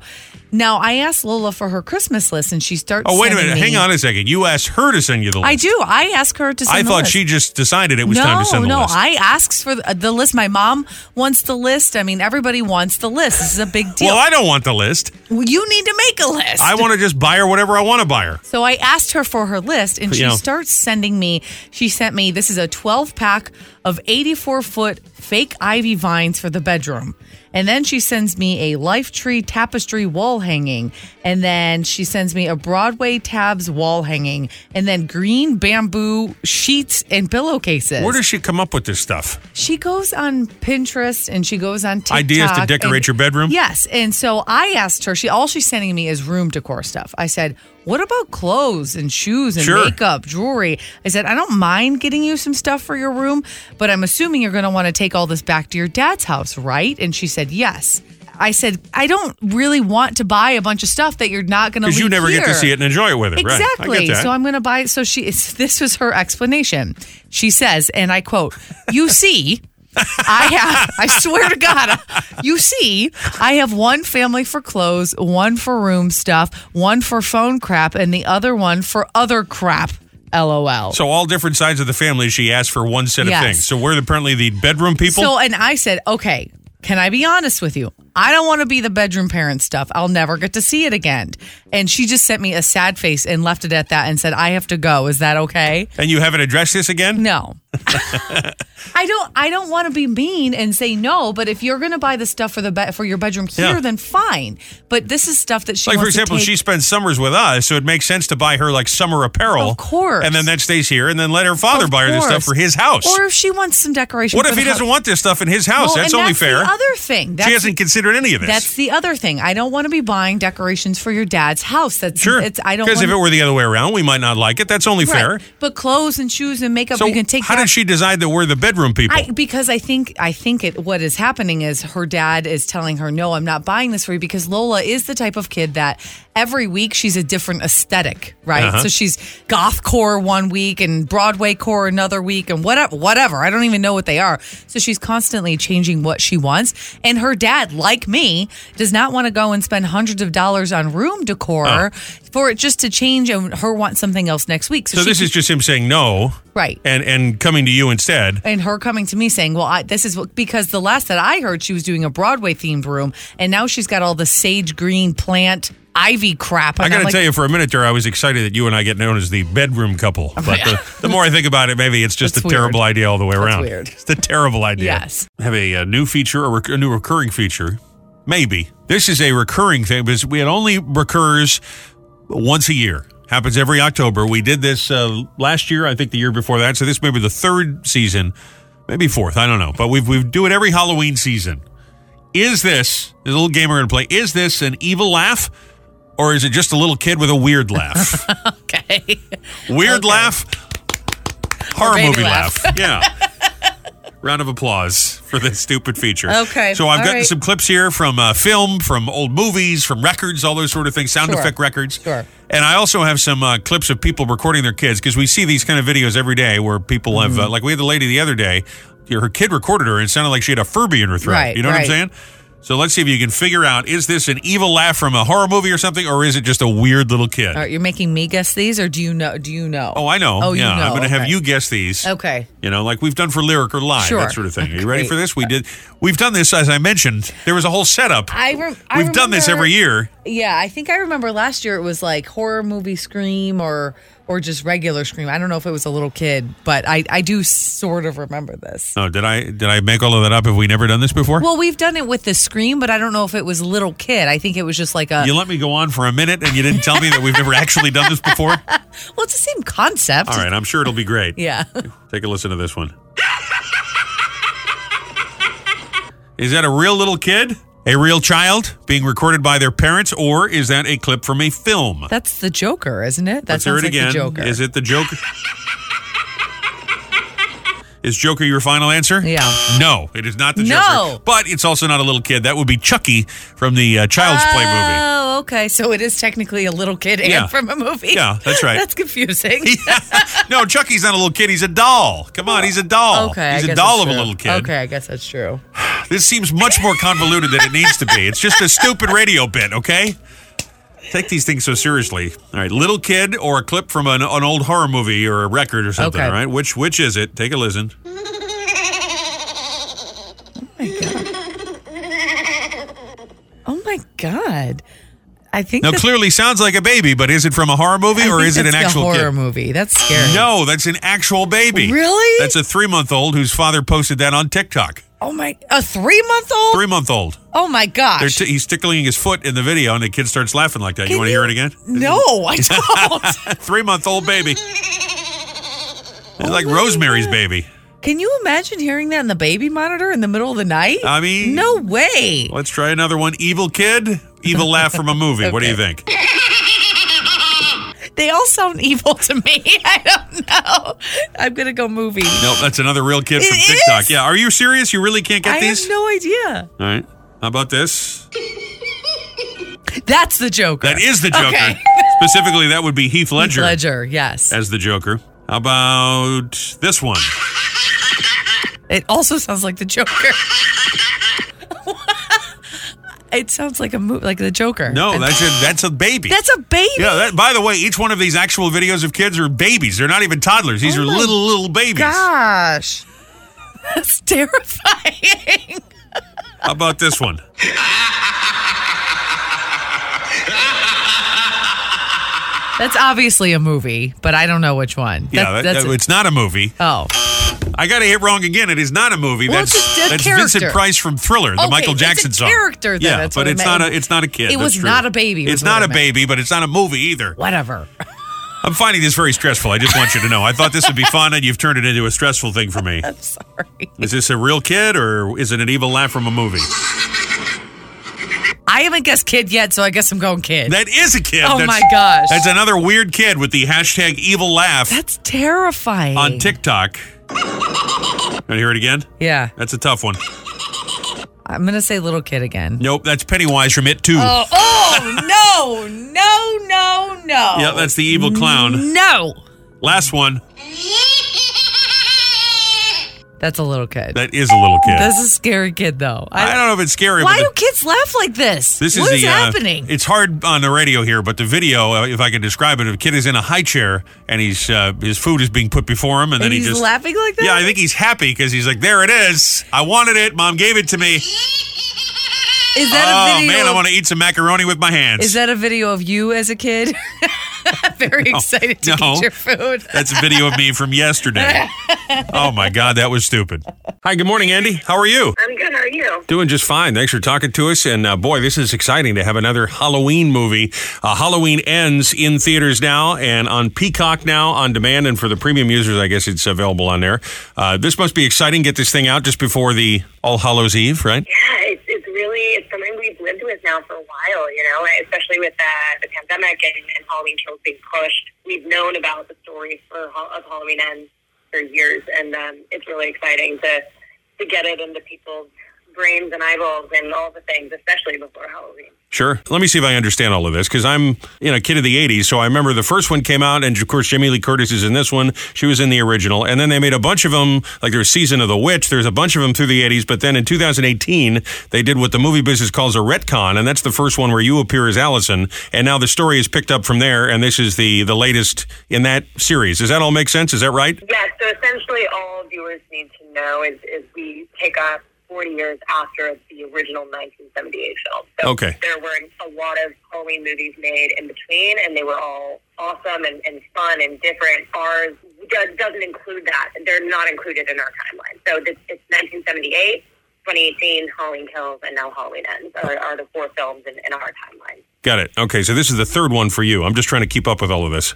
Speaker 2: Now I asked Lola for her Christmas list and she starts
Speaker 1: Oh wait a
Speaker 2: sending
Speaker 1: minute.
Speaker 2: me-
Speaker 1: Hang on a second. You asked her to send you the list.
Speaker 2: I do. I ask her to send
Speaker 1: I
Speaker 2: the
Speaker 1: thought
Speaker 2: list.
Speaker 1: she just decided it was
Speaker 2: no,
Speaker 1: time to send the
Speaker 2: no,
Speaker 1: list.
Speaker 2: I asks for the, the list. My mom wants the list. I mean, everybody wants the list. This is a big deal.
Speaker 1: well, I don't want the list.
Speaker 2: you need to make a list.
Speaker 1: I want to just buy her whatever I want to buy her.
Speaker 2: so I asked her for her list, and she
Speaker 1: Yeah.
Speaker 2: starts sending me. She sent me. This is a twelve pack of 84 foot fake ivy vines for the bedroom. And then she sends me a life tree tapestry wall hanging. And then she sends me a Broadway tabs wall hanging. And then green bamboo sheets and pillowcases.
Speaker 1: Where does she come up with this stuff?
Speaker 2: She goes on Pinterest and she goes on TikTok.
Speaker 1: Ideas to decorate
Speaker 2: and-
Speaker 1: your bedroom?
Speaker 2: Yes, and so I asked her. She all she's sending me is room decor stuff. I said, "What about clothes and shoes and
Speaker 1: Sure.
Speaker 2: makeup, jewelry?" I said, "I don't mind getting you some stuff for your room, but I'm assuming you're going to want to take all this back to your dad's house, right?" And she said, "Yes." I said, "I don't really want to buy a bunch of stuff that you're not going to
Speaker 1: Because you never get to see it and enjoy it with it,
Speaker 2: Exactly.
Speaker 1: right? I get that.
Speaker 2: So I'm going to buy. So she. It's, this was her explanation. She says, and I quote: "You see." I have, I swear to God, you see, I have one family for clothes, one for room stuff, one for phone crap, and the other one for other crap. LOL.
Speaker 1: So all different sides of the family, she asked for one set
Speaker 2: Yes.
Speaker 1: of things. So we're apparently the bedroom people.
Speaker 2: So, and I said, okay, can I be honest with you? I don't want to be the bedroom parent stuff. I'll never get to see it again. And she just sent me a sad face and left it at that and said, I have to go. Is that okay?
Speaker 1: and you haven't addressed this again?
Speaker 2: No. I don't I don't want to be mean and say no, but if you're going to buy the stuff for the be- for your bedroom here
Speaker 1: Yeah.
Speaker 2: then fine. But this is stuff that she
Speaker 1: Like for
Speaker 2: wants to
Speaker 1: example,
Speaker 2: take-
Speaker 1: she spends summers with us, so it makes sense to buy her like summer apparel.
Speaker 2: Of course.
Speaker 1: And then that stays here, and then let her father
Speaker 2: Of
Speaker 1: buy her this stuff
Speaker 2: course.
Speaker 1: for his house.
Speaker 2: Or if she wants some decoration
Speaker 1: what
Speaker 2: for
Speaker 1: if
Speaker 2: the
Speaker 1: he doesn't
Speaker 2: house-
Speaker 1: want this stuff in his house?
Speaker 2: Well,
Speaker 1: that's
Speaker 2: and
Speaker 1: only
Speaker 2: that's
Speaker 1: fair.
Speaker 2: The other thing. That's
Speaker 1: she hasn't considered any of this.
Speaker 2: That's the other thing. I don't want to be buying decorations for your dad's house. That's
Speaker 1: sure.
Speaker 2: It's, I don't
Speaker 1: because if
Speaker 2: wanna-
Speaker 1: it were the other way around, we might not like it. That's only fair.
Speaker 2: Right. But clothes and shoes and makeup
Speaker 1: So
Speaker 2: you can take.
Speaker 1: how
Speaker 2: that-
Speaker 1: did she decide that we're the bedroom people?
Speaker 2: I, because I think I think it what is happening is her dad is telling her no I'm not buying this for you because Lola is the type of kid that every week she's a different aesthetic right
Speaker 1: Uh-huh.
Speaker 2: so she's goth core one week and Broadway core another week and whatever whatever I don't even know what they are so she's constantly changing what she wants and her dad like me does not want to go and spend hundreds of dollars on room decor
Speaker 1: Oh.
Speaker 2: for it just to change and her want something else next week so,
Speaker 1: so
Speaker 2: she
Speaker 1: this
Speaker 2: can-
Speaker 1: is just him saying no,
Speaker 2: Right.
Speaker 1: And and coming to you instead.
Speaker 2: and her coming to me saying, "Well, I, this is what, because the last that I heard, she was doing a Broadway themed room, and now she's got all the sage green plant ivy crap." And
Speaker 1: I got
Speaker 2: I'm
Speaker 1: to
Speaker 2: like,
Speaker 1: tell you, for a minute there, I was excited that you and I get known as the bedroom couple. But the, the more I think about it, maybe it's just
Speaker 2: Oh, That's
Speaker 1: a
Speaker 2: weird.
Speaker 1: terrible idea all the way around.
Speaker 2: weird.
Speaker 1: It's a terrible idea.
Speaker 2: Yes.
Speaker 1: Have a, uh new feature, a, rec- a new recurring feature. Maybe. This is a recurring thing because we- it only recurs once a year. Happens every October. We did this uh, last year, I think the year before that. So this may be the third season, maybe fourth. I don't know. But we we do it every Halloween season. Is this, there's a little game we're going to play, is this an evil laugh? Or is it just a little kid with a weird laugh?
Speaker 2: okay,
Speaker 1: Weird
Speaker 2: Okay.
Speaker 1: laugh, horror
Speaker 2: baby
Speaker 1: movie
Speaker 2: laugh.
Speaker 1: laugh. Yeah. Round of applause for this stupid feature.
Speaker 2: Okay,
Speaker 1: So I've
Speaker 2: all
Speaker 1: gotten
Speaker 2: right.
Speaker 1: some clips here from uh, film, from old movies, from records, all those sort of things, sound
Speaker 2: Sure.
Speaker 1: effect records.
Speaker 2: Sure.
Speaker 1: And I also have some uh, clips of people recording their kids because we see these kind of videos every day where people
Speaker 2: Mm-hmm.
Speaker 1: have, uh, like, we had the lady the other day, her kid recorded her and it sounded like she had a Furby in her throat.
Speaker 2: Right,
Speaker 1: you know
Speaker 2: right.
Speaker 1: what I'm saying? So let's see if you can figure out is this an evil laugh from a horror movie or something, or is it just a weird little kid?
Speaker 2: all right, you're making me guess these, or do you know? Do you know?
Speaker 1: Oh, I know.
Speaker 2: Oh, you
Speaker 1: yeah.
Speaker 2: know.
Speaker 1: I'm going to have
Speaker 2: Okay.
Speaker 1: you guess these.
Speaker 2: Okay.
Speaker 1: You know, like we've done for lyric or live,
Speaker 2: Sure.
Speaker 1: that sort of thing. Are you ready
Speaker 2: Great.
Speaker 1: for this? We did. We've done this, as I mentioned. There was a whole setup.
Speaker 2: I re- I
Speaker 1: we've done this
Speaker 2: remember-
Speaker 1: every year.
Speaker 2: Yeah, I think I remember last year it was like horror movie scream or or just regular scream. I don't know if it was a little kid, but I I do sort of remember this.
Speaker 1: No, Oh, did I did I make all of that up? Have we never done this before?
Speaker 2: Well, we've done it with the scream, but I don't know if it was little kid. I think it was just like a
Speaker 1: you let me go on for a minute, and you didn't tell me that we've never actually done this before. All
Speaker 2: well, it's the same concept.
Speaker 1: right, I'm sure it'll be great.
Speaker 2: Yeah.
Speaker 1: Take a listen to this one. Is that a real little kid? A real child being recorded by their parents, or is that a clip from a film?
Speaker 2: That's the Joker, isn't it? That
Speaker 1: Let's hear
Speaker 2: sounds
Speaker 1: it
Speaker 2: like
Speaker 1: again.
Speaker 2: the Joker.
Speaker 1: Is it the Joker? is Joker your final answer?
Speaker 2: Yeah.
Speaker 1: No, it is not the
Speaker 2: No.
Speaker 1: Joker. But it's also not a little kid. That would be Chucky from the uh, Child's Play movie.
Speaker 2: Oh, okay. So it is technically a little kid and
Speaker 1: Yeah.
Speaker 2: from a movie.
Speaker 1: Yeah, that's right.
Speaker 2: that's confusing.
Speaker 1: no, Chucky's not a little kid. He's a doll. Come on, he's a doll.
Speaker 2: Okay. I
Speaker 1: he's a
Speaker 2: guess
Speaker 1: doll
Speaker 2: that's
Speaker 1: of a
Speaker 2: true.
Speaker 1: little kid.
Speaker 2: Okay, I guess that's true.
Speaker 1: This seems much more convoluted than it needs to be. It's just a stupid radio bit, okay? Take these things so seriously. All right, little kid or a clip from an, an old horror movie or a record or something,
Speaker 2: Okay.
Speaker 1: all right? Which which is it? Take a listen.
Speaker 2: Oh my god. I think
Speaker 1: Now,
Speaker 2: this-
Speaker 1: clearly sounds like a baby, but is it from a horror movie
Speaker 2: I
Speaker 1: or
Speaker 2: think
Speaker 1: is it an
Speaker 2: that's a
Speaker 1: actual
Speaker 2: horror
Speaker 1: kid?
Speaker 2: movie? That's scary.
Speaker 1: No, that's an actual baby.
Speaker 2: Really?
Speaker 1: That's a three month old whose father posted that on TikTok.
Speaker 2: Oh my, a three month old.
Speaker 1: Three month old.
Speaker 2: Oh my
Speaker 1: They're
Speaker 2: gosh.
Speaker 1: t- he's tickling his foot in the video, and the kid starts laughing like that. you
Speaker 2: Can
Speaker 1: want to
Speaker 2: you-
Speaker 1: hear it again?
Speaker 2: no, I don't.
Speaker 1: Three month old baby. It's like
Speaker 2: Oh,
Speaker 1: Rosemary's baby.
Speaker 2: Can you imagine hearing that in the baby monitor in the middle of the night?
Speaker 1: I mean-
Speaker 2: no way.
Speaker 1: Let's try another one. Evil kid, evil laugh from a movie. What do you think?
Speaker 2: They all sound evil to me. I don't know. I'm gonna go movie.
Speaker 1: No, that's another real kid from
Speaker 2: It
Speaker 1: TikTok.
Speaker 2: is?
Speaker 1: Yeah, are you serious? You really can't get
Speaker 2: I
Speaker 1: these?
Speaker 2: have no idea.
Speaker 1: All right. How about this?
Speaker 2: That's the Joker.
Speaker 1: That is the Joker.
Speaker 2: Okay.
Speaker 1: Specifically, that would be Heath Ledger,
Speaker 2: Ledger. Yes.
Speaker 1: as the Joker. How about this one?
Speaker 2: It also sounds like the Joker. it sounds like a movie, like the Joker.
Speaker 1: No,
Speaker 2: And-
Speaker 1: that's a, that's a baby.
Speaker 2: that's a baby.
Speaker 1: yeah, that, by the way, each one of these actual videos of kids are babies. They're not even toddlers. These
Speaker 2: Oh
Speaker 1: are
Speaker 2: my
Speaker 1: little, little babies.
Speaker 2: Gosh, that's terrifying.
Speaker 1: How about this one?
Speaker 2: That's obviously a movie, but I don't know which one.
Speaker 1: Yeah, that,
Speaker 2: that's
Speaker 1: that- it's not a movie.
Speaker 2: oh.
Speaker 1: I got to hit wrong again. It is not a movie.
Speaker 2: Well,
Speaker 1: that's
Speaker 2: it's a- a
Speaker 1: that's
Speaker 2: character.
Speaker 1: Vincent Price from Thriller, the
Speaker 2: Okay,
Speaker 1: Michael
Speaker 2: it's a
Speaker 1: Jackson song.
Speaker 2: character, then.
Speaker 1: Yeah,
Speaker 2: That's
Speaker 1: but
Speaker 2: what I
Speaker 1: it's
Speaker 2: meant.
Speaker 1: not a it's not a kid.
Speaker 2: It
Speaker 1: That's
Speaker 2: was
Speaker 1: true.
Speaker 2: not a baby, was
Speaker 1: It's
Speaker 2: what
Speaker 1: not
Speaker 2: I
Speaker 1: a
Speaker 2: meant.
Speaker 1: baby, but it's not a movie either.
Speaker 2: Whatever.
Speaker 1: I'm finding this very stressful. I just want you to know. I thought this would be fun, and you've turned it into a stressful thing for me.
Speaker 2: I'm sorry.
Speaker 1: Is this a real kid, or is it an evil laugh from a movie?
Speaker 2: I haven't guessed kid yet, so I guess I'm going kid.
Speaker 1: That is a kid.
Speaker 2: Oh
Speaker 1: That's-
Speaker 2: my gosh.
Speaker 1: That's another weird kid with the hashtag evil laugh
Speaker 2: That's terrifying.
Speaker 1: on TikTok. Want to hear it again?
Speaker 2: Yeah.
Speaker 1: That's a tough one.
Speaker 2: I'm going to say little kid again.
Speaker 1: Nope, that's Pennywise from It Too.
Speaker 2: Oh, oh, no, no, no, no.
Speaker 1: Yeah, that's the evil clown.
Speaker 2: No.
Speaker 1: Last one.
Speaker 2: That's a little kid.
Speaker 1: That is a little kid.
Speaker 2: That's a scary kid, though.
Speaker 1: I don't know if it's scary,
Speaker 2: Why
Speaker 1: but
Speaker 2: do
Speaker 1: the-
Speaker 2: kids laugh like this?
Speaker 1: this is
Speaker 2: What
Speaker 1: the
Speaker 2: is
Speaker 1: uh,
Speaker 2: happening?
Speaker 1: it's hard on the radio here, but the video, uh, if I can describe it, a kid is in a high chair and he's uh, his food is being put before him, and, then
Speaker 2: and he's
Speaker 1: he just
Speaker 2: laughing like that?
Speaker 1: yeah, I think he's happy because he's like, there it is, I wanted it, mom gave it to me.
Speaker 2: Is that
Speaker 1: Oh
Speaker 2: a video?
Speaker 1: man, I
Speaker 2: of-
Speaker 1: want to eat some macaroni with my hands.
Speaker 2: Is that a video of you as a kid? Very excited to
Speaker 1: no.
Speaker 2: eat your food.
Speaker 1: That's a video of me from yesterday. oh my god, that was stupid. Hi, good morning, Andy. How are you?
Speaker 3: I'm good. How are you?
Speaker 1: Doing just fine. Thanks for talking to us. And uh, boy, this is exciting to have another Halloween movie. Uh, Halloween ends in theaters now and on Peacock now on demand. And for the premium users, I guess it's available on there. Uh, this must be exciting. Get this thing out just before the All Hallows Eve, right?
Speaker 3: Yeah, it's, it's really it's something we've lived with now for a while. You know, especially with uh, the pandemic and, and Halloween kills being pushed. We've known about the story for Hal- of Halloween Ends for years, and um, it's really exciting to to get it into people's brains and eyeballs and all the things, especially before Halloween.
Speaker 1: Sure. Let me see if I understand all of this because I'm, you know, a kid of the 80s. So I remember the first one came out, and of course, Jamie Lee Curtis is in this one. She was in the original. And then they made a bunch of them, like there was Season of the Witch. There's a bunch of them through the 80s. But then in 2018, they did what the movie business calls a retcon. And that's the first one where you appear as Allison. And now the story is picked up from there. And this is the, the latest in that series. Does that all make sense? Is that right?
Speaker 3: Yeah, so essentially all viewers need to know is, is we pick up 40 years after the original 1978 film. So
Speaker 1: Okay.
Speaker 3: There were a lot of Halloween movies made in between, and they were all awesome and, and fun and different. Ours do- doesn't include that. They're not included in our timeline. So this, it's 1978, 2018, Halloween Kills, and now Halloween Ends are, are the four films in, in our timeline.
Speaker 1: Got it. Okay. So this is the third one for you. I'm just trying to keep up with all of this.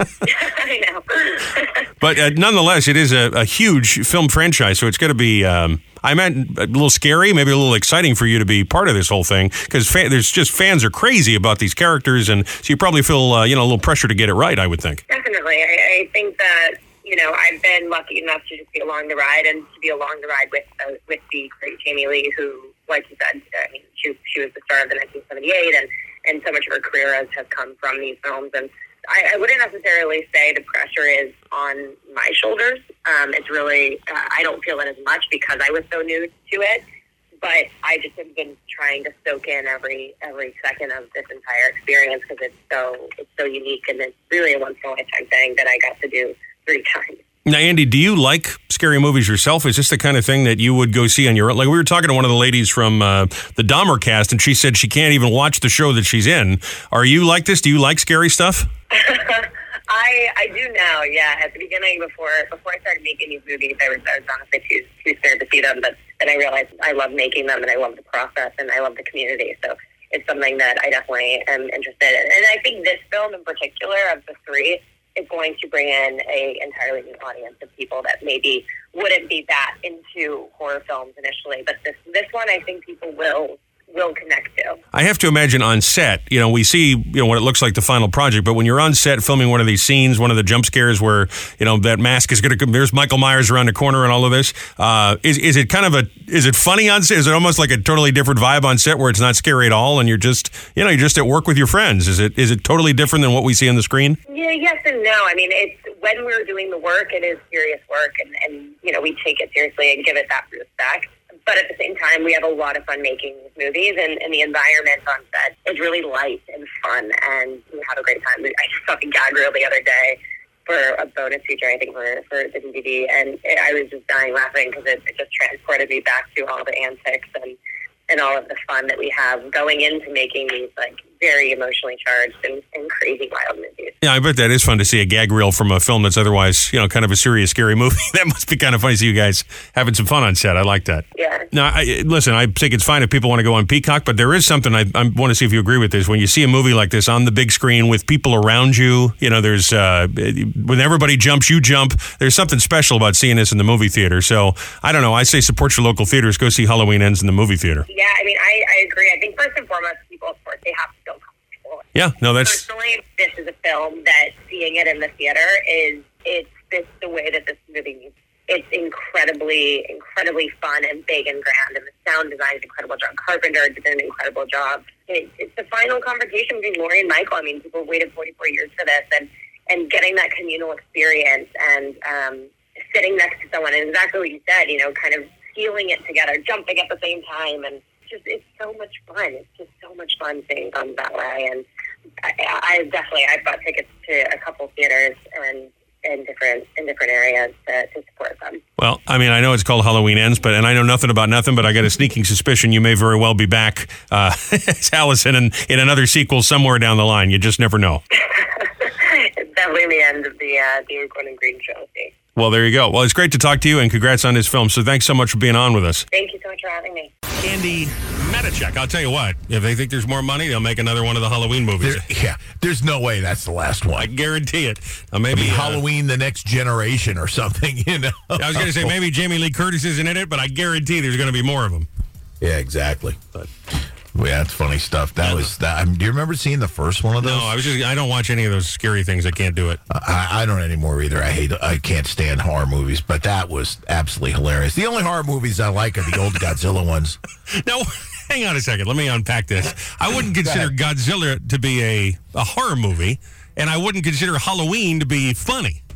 Speaker 3: I know.
Speaker 1: But uh, nonetheless, it is a, a huge film franchise, so it's going to be. Um, I meant a little scary, maybe a little exciting for you to be part of this whole thing because fa- there's just fans are crazy about these characters, and so you probably feel uh, you know a little pressure to get it right. I would think.
Speaker 3: Definitely. I, I think that, you know, I've been lucky enough to just be along the ride and to be along the ride with uh, with the great Jamie Lee, who, like you said, I mean, she, she was the star of the 1978, and, and so much of her career has, has come from these films. And I, I wouldn't necessarily say the pressure is on my shoulders. Um, it's really, uh, I don't feel it as much because I was so new to it. But I just have been trying to soak in every every second of this entire experience because it's so it's so unique and it's really a once in a lifetime thing that I got to do three times.
Speaker 1: Now, Andy, do you like scary movies yourself? Is this the kind of thing that you would go see on your own? Like, we were talking to one of the ladies from uh, the Dahmer cast, and she said she can't even watch the show that she's in. Are you like this? Do you like scary stuff?
Speaker 3: I I do now, yeah. At the beginning, before before I started making these movies, I was, I was honestly too too scared to see them. But then I realized I love making them, and I love the process, and I love the community. So it's something that I definitely am interested in. And I think this film in particular, of the three, is going to bring in a entirely new audience of people that maybe wouldn't be that into horror films initially. But this this one, I think people will will connect to.
Speaker 1: I have to imagine on set, you know, we see, you know, what it looks like the final project, but when you're on set filming one of these scenes, one of the jump scares where, you know, that mask is going to come, there's Michael Myers around the corner and all of this, uh, is, is it kind of a, is it funny on set? Is it almost like a totally different vibe on set where it's not scary at all and you're just, you know, you're just at work with your friends? Is it, is it totally different than what we see on the screen?
Speaker 3: Yeah, yes and no. I mean, it's when we're doing the work, it is serious work, and, and you know we take it seriously and give it that respect. But at the same time, we have a lot of fun making these movies, and, and the environment on set is really light and fun, and we have a great time. I just saw the gag reel the other day for a bonus feature, I think, for, for the DVD, and it, I was just dying laughing because it, it just transported me back to all the antics and and all of the fun that we have going into making these like very emotionally charged and, and crazy wild movies.
Speaker 1: Yeah, I bet that is fun to see a gag reel from a film that's otherwise, you know, kind of a serious, scary movie. that must be kind of funny to see you guys having some fun on set. I like that.
Speaker 3: Yeah.
Speaker 1: No, I, listen, I think it's fine if people want to go on Peacock, but there is something I, I want to see if you agree with this. When you see a movie like this on the big screen with people around you, you know, there's uh, when everybody jumps, you jump. There's something special about seeing this in the movie theater. So I don't know. I say support your local theaters. Go see Halloween Ends in the movie theater.
Speaker 3: Yeah, I mean, I, I agree. I think first and foremost, people, of course, they have to feel comfortable.
Speaker 1: Yeah, no, that's
Speaker 3: Personally, this is a film that seeing it in the theater is it's this the way that this movie. It's incredibly, incredibly fun and big and grand, and the sound design is incredible. John Carpenter did an incredible job. It, it's the final conversation between Laurie and Michael. I mean, people waited 44 years for this, and and getting that communal experience and um, sitting next to someone, and exactly what you said, you know, kind of feeling it together, jumping at the same time, and just it's so much fun. It's just so much fun seeing films that way, and I, I definitely I bought tickets to a couple theaters and in different in different areas to, to support them.
Speaker 1: Well, I mean, I know it's called Halloween Ends, but and I know nothing about nothing, but I got a sneaking suspicion you may very well be back uh, as Allison in, in another sequel somewhere down the line. You just never know.
Speaker 3: it's definitely the end of the uh, the Gordon Green trilogy.
Speaker 1: Well, there you go. Well, it's great to talk to you, and congrats on this film. So thanks so much for being on with us.
Speaker 3: Thank you so much for having me.
Speaker 1: Andy Matichek. I'll tell you what, if they think there's more money, they'll make another one of the Halloween movies.
Speaker 4: There- yeah, there's no way that's the last
Speaker 1: I
Speaker 4: one.
Speaker 1: guarantee it. Now, maybe
Speaker 4: Maybe
Speaker 1: uh,
Speaker 4: Halloween, the next generation, or something. You know.
Speaker 1: I was going to say maybe Jamie Lee Curtis isn't in it, but I guarantee there's going to be more of them.
Speaker 4: Yeah, exactly. Well, yeah, that's funny stuff. That was that. I mean, do you remember seeing the first one of those?
Speaker 1: No, Oh, I was just I don't watch any of those scary things. I can't do it.
Speaker 4: I, I don't anymore either. I hate. I can't stand horror movies, but that was absolutely hilarious. The only horror movies I like are the old Godzilla ones.
Speaker 1: Now, hang on a second. Let me unpack this. I wouldn't consider Godzilla to be a, a horror movie, and I wouldn't consider Halloween to be funny.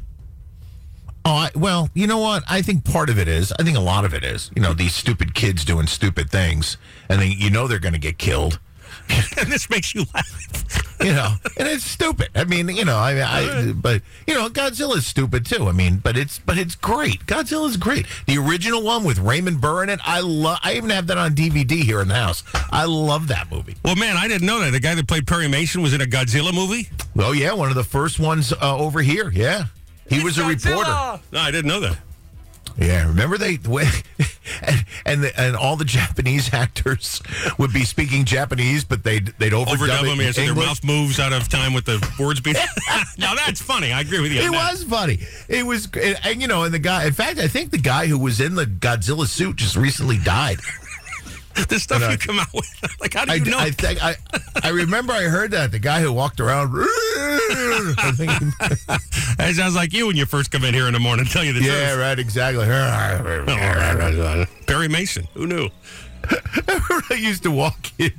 Speaker 4: Oh, I, well, you know what? I think part of it is. I think a lot of it is. You know, these stupid kids doing stupid things, and then you know they're going to get killed.
Speaker 1: And this makes you laugh.
Speaker 4: you know, and it's stupid. I mean, you know, I, I but you know, Godzilla's stupid too. I mean, but it's but it's great. Godzilla's great. The original one with Raymond Burr in it. I love. I even have that on DVD here in the house. I love that movie.
Speaker 1: Well, man, I didn't know that. The guy that played Perry Mason was in a Godzilla movie?
Speaker 4: Oh yeah, one of the first ones uh, over here. Yeah, he was a reporter.
Speaker 1: No, I didn't know that.
Speaker 4: Yeah, remember they and and, the, and all the Japanese actors would be speaking Japanese, but they'd they'd overdub,
Speaker 1: Overdub
Speaker 4: it
Speaker 1: him
Speaker 4: in
Speaker 1: as their
Speaker 4: English.
Speaker 1: mouth moves out of time with the words being. now, that's funny. I agree with you. on
Speaker 4: It
Speaker 1: that.
Speaker 4: was funny. It was, and, and, you know, and the guy. In fact, I think the guy who was in the Godzilla suit just recently died.
Speaker 1: The stuff
Speaker 4: And
Speaker 1: you
Speaker 4: I-
Speaker 1: come out with. Like, how do
Speaker 4: I,
Speaker 1: you know?
Speaker 4: I think I, I remember I heard that the guy who walked around. I think,
Speaker 1: that sounds like you when you first come in here in the morning, tell you the
Speaker 4: yeah, right, exactly. I
Speaker 1: truth. Perry Mason. Who knew?
Speaker 4: used to walk in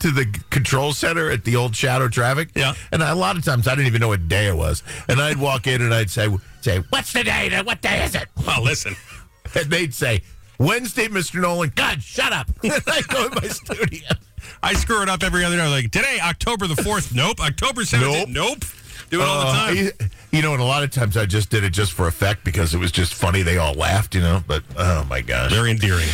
Speaker 4: to the control center at the old Shadow Traffic.
Speaker 1: Yeah.
Speaker 4: and a lot of times I didn't even know what day it was, and I'd walk in and I'd say, "Say what's the day? What day is it?"
Speaker 1: Well, listen.
Speaker 4: And they'd say, "Wednesday, Mr. Nolan." God, shut up! And I go in my studio.
Speaker 1: I screw it up every other day. Like today, October the fourth. Nope. October seventeenth. Nope. Do it all the
Speaker 4: Uh,
Speaker 1: time.
Speaker 4: I- you know, and a lot of times I just did it just for effect because it was just funny. They all laughed, you know. But oh my gosh.
Speaker 1: Very endearing.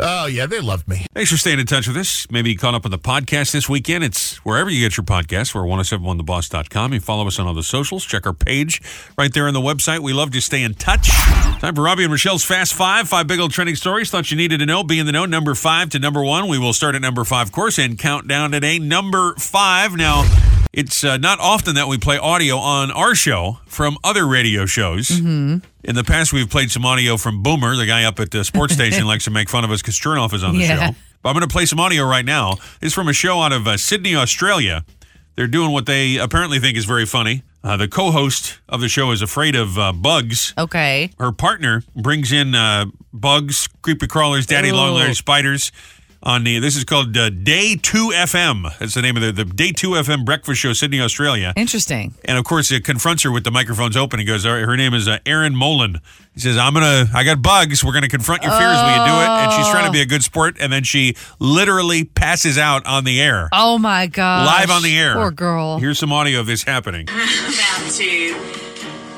Speaker 4: Oh yeah, they loved me.
Speaker 1: Thanks for staying in touch with us. Maybe you caught up on the podcast this weekend. It's wherever you get your podcasts. We're 1071theboss.com. You follow us on all the socials. Check our page right there on the website. We love to stay in touch. Time for Robbie and Michelle's Fast Five. Five big old trending stories. Thought you needed to know. Be in the know. Number five to number one. We will start at number five, of course, and count down today. Number five. Now, it's uh, not often that we play audio on our show from other radio shows. In the past, we've played some audio from Boomer, the guy up at the sports station, likes to make fun of us because Chernoff is on the
Speaker 2: Yeah.
Speaker 1: show. But I'm going to play some audio right now. It's from a show out of uh, Sydney, Australia. They're doing what they apparently think is very funny. Uh, the co-host of the show is afraid of uh, bugs.
Speaker 2: Okay.
Speaker 1: Her partner brings in uh, bugs, creepy crawlers, daddy
Speaker 2: Ew.
Speaker 1: long legged spiders. On the this is called uh, Day Two FM. That's the name of the, the Day Two FM breakfast show, Sydney, Australia.
Speaker 2: Interesting.
Speaker 1: And of course, it confronts her with the microphones open. He goes, "All right," her name is uh, Erin Mullen. He says, I'm going to, I got bugs. We're going to confront your fears. Will you do it? And she's trying to be a good sport. And then she literally passes out on the air,
Speaker 2: Oh my god.
Speaker 1: live on the air.
Speaker 2: Poor girl.
Speaker 1: Here's some audio of this happening.
Speaker 5: about to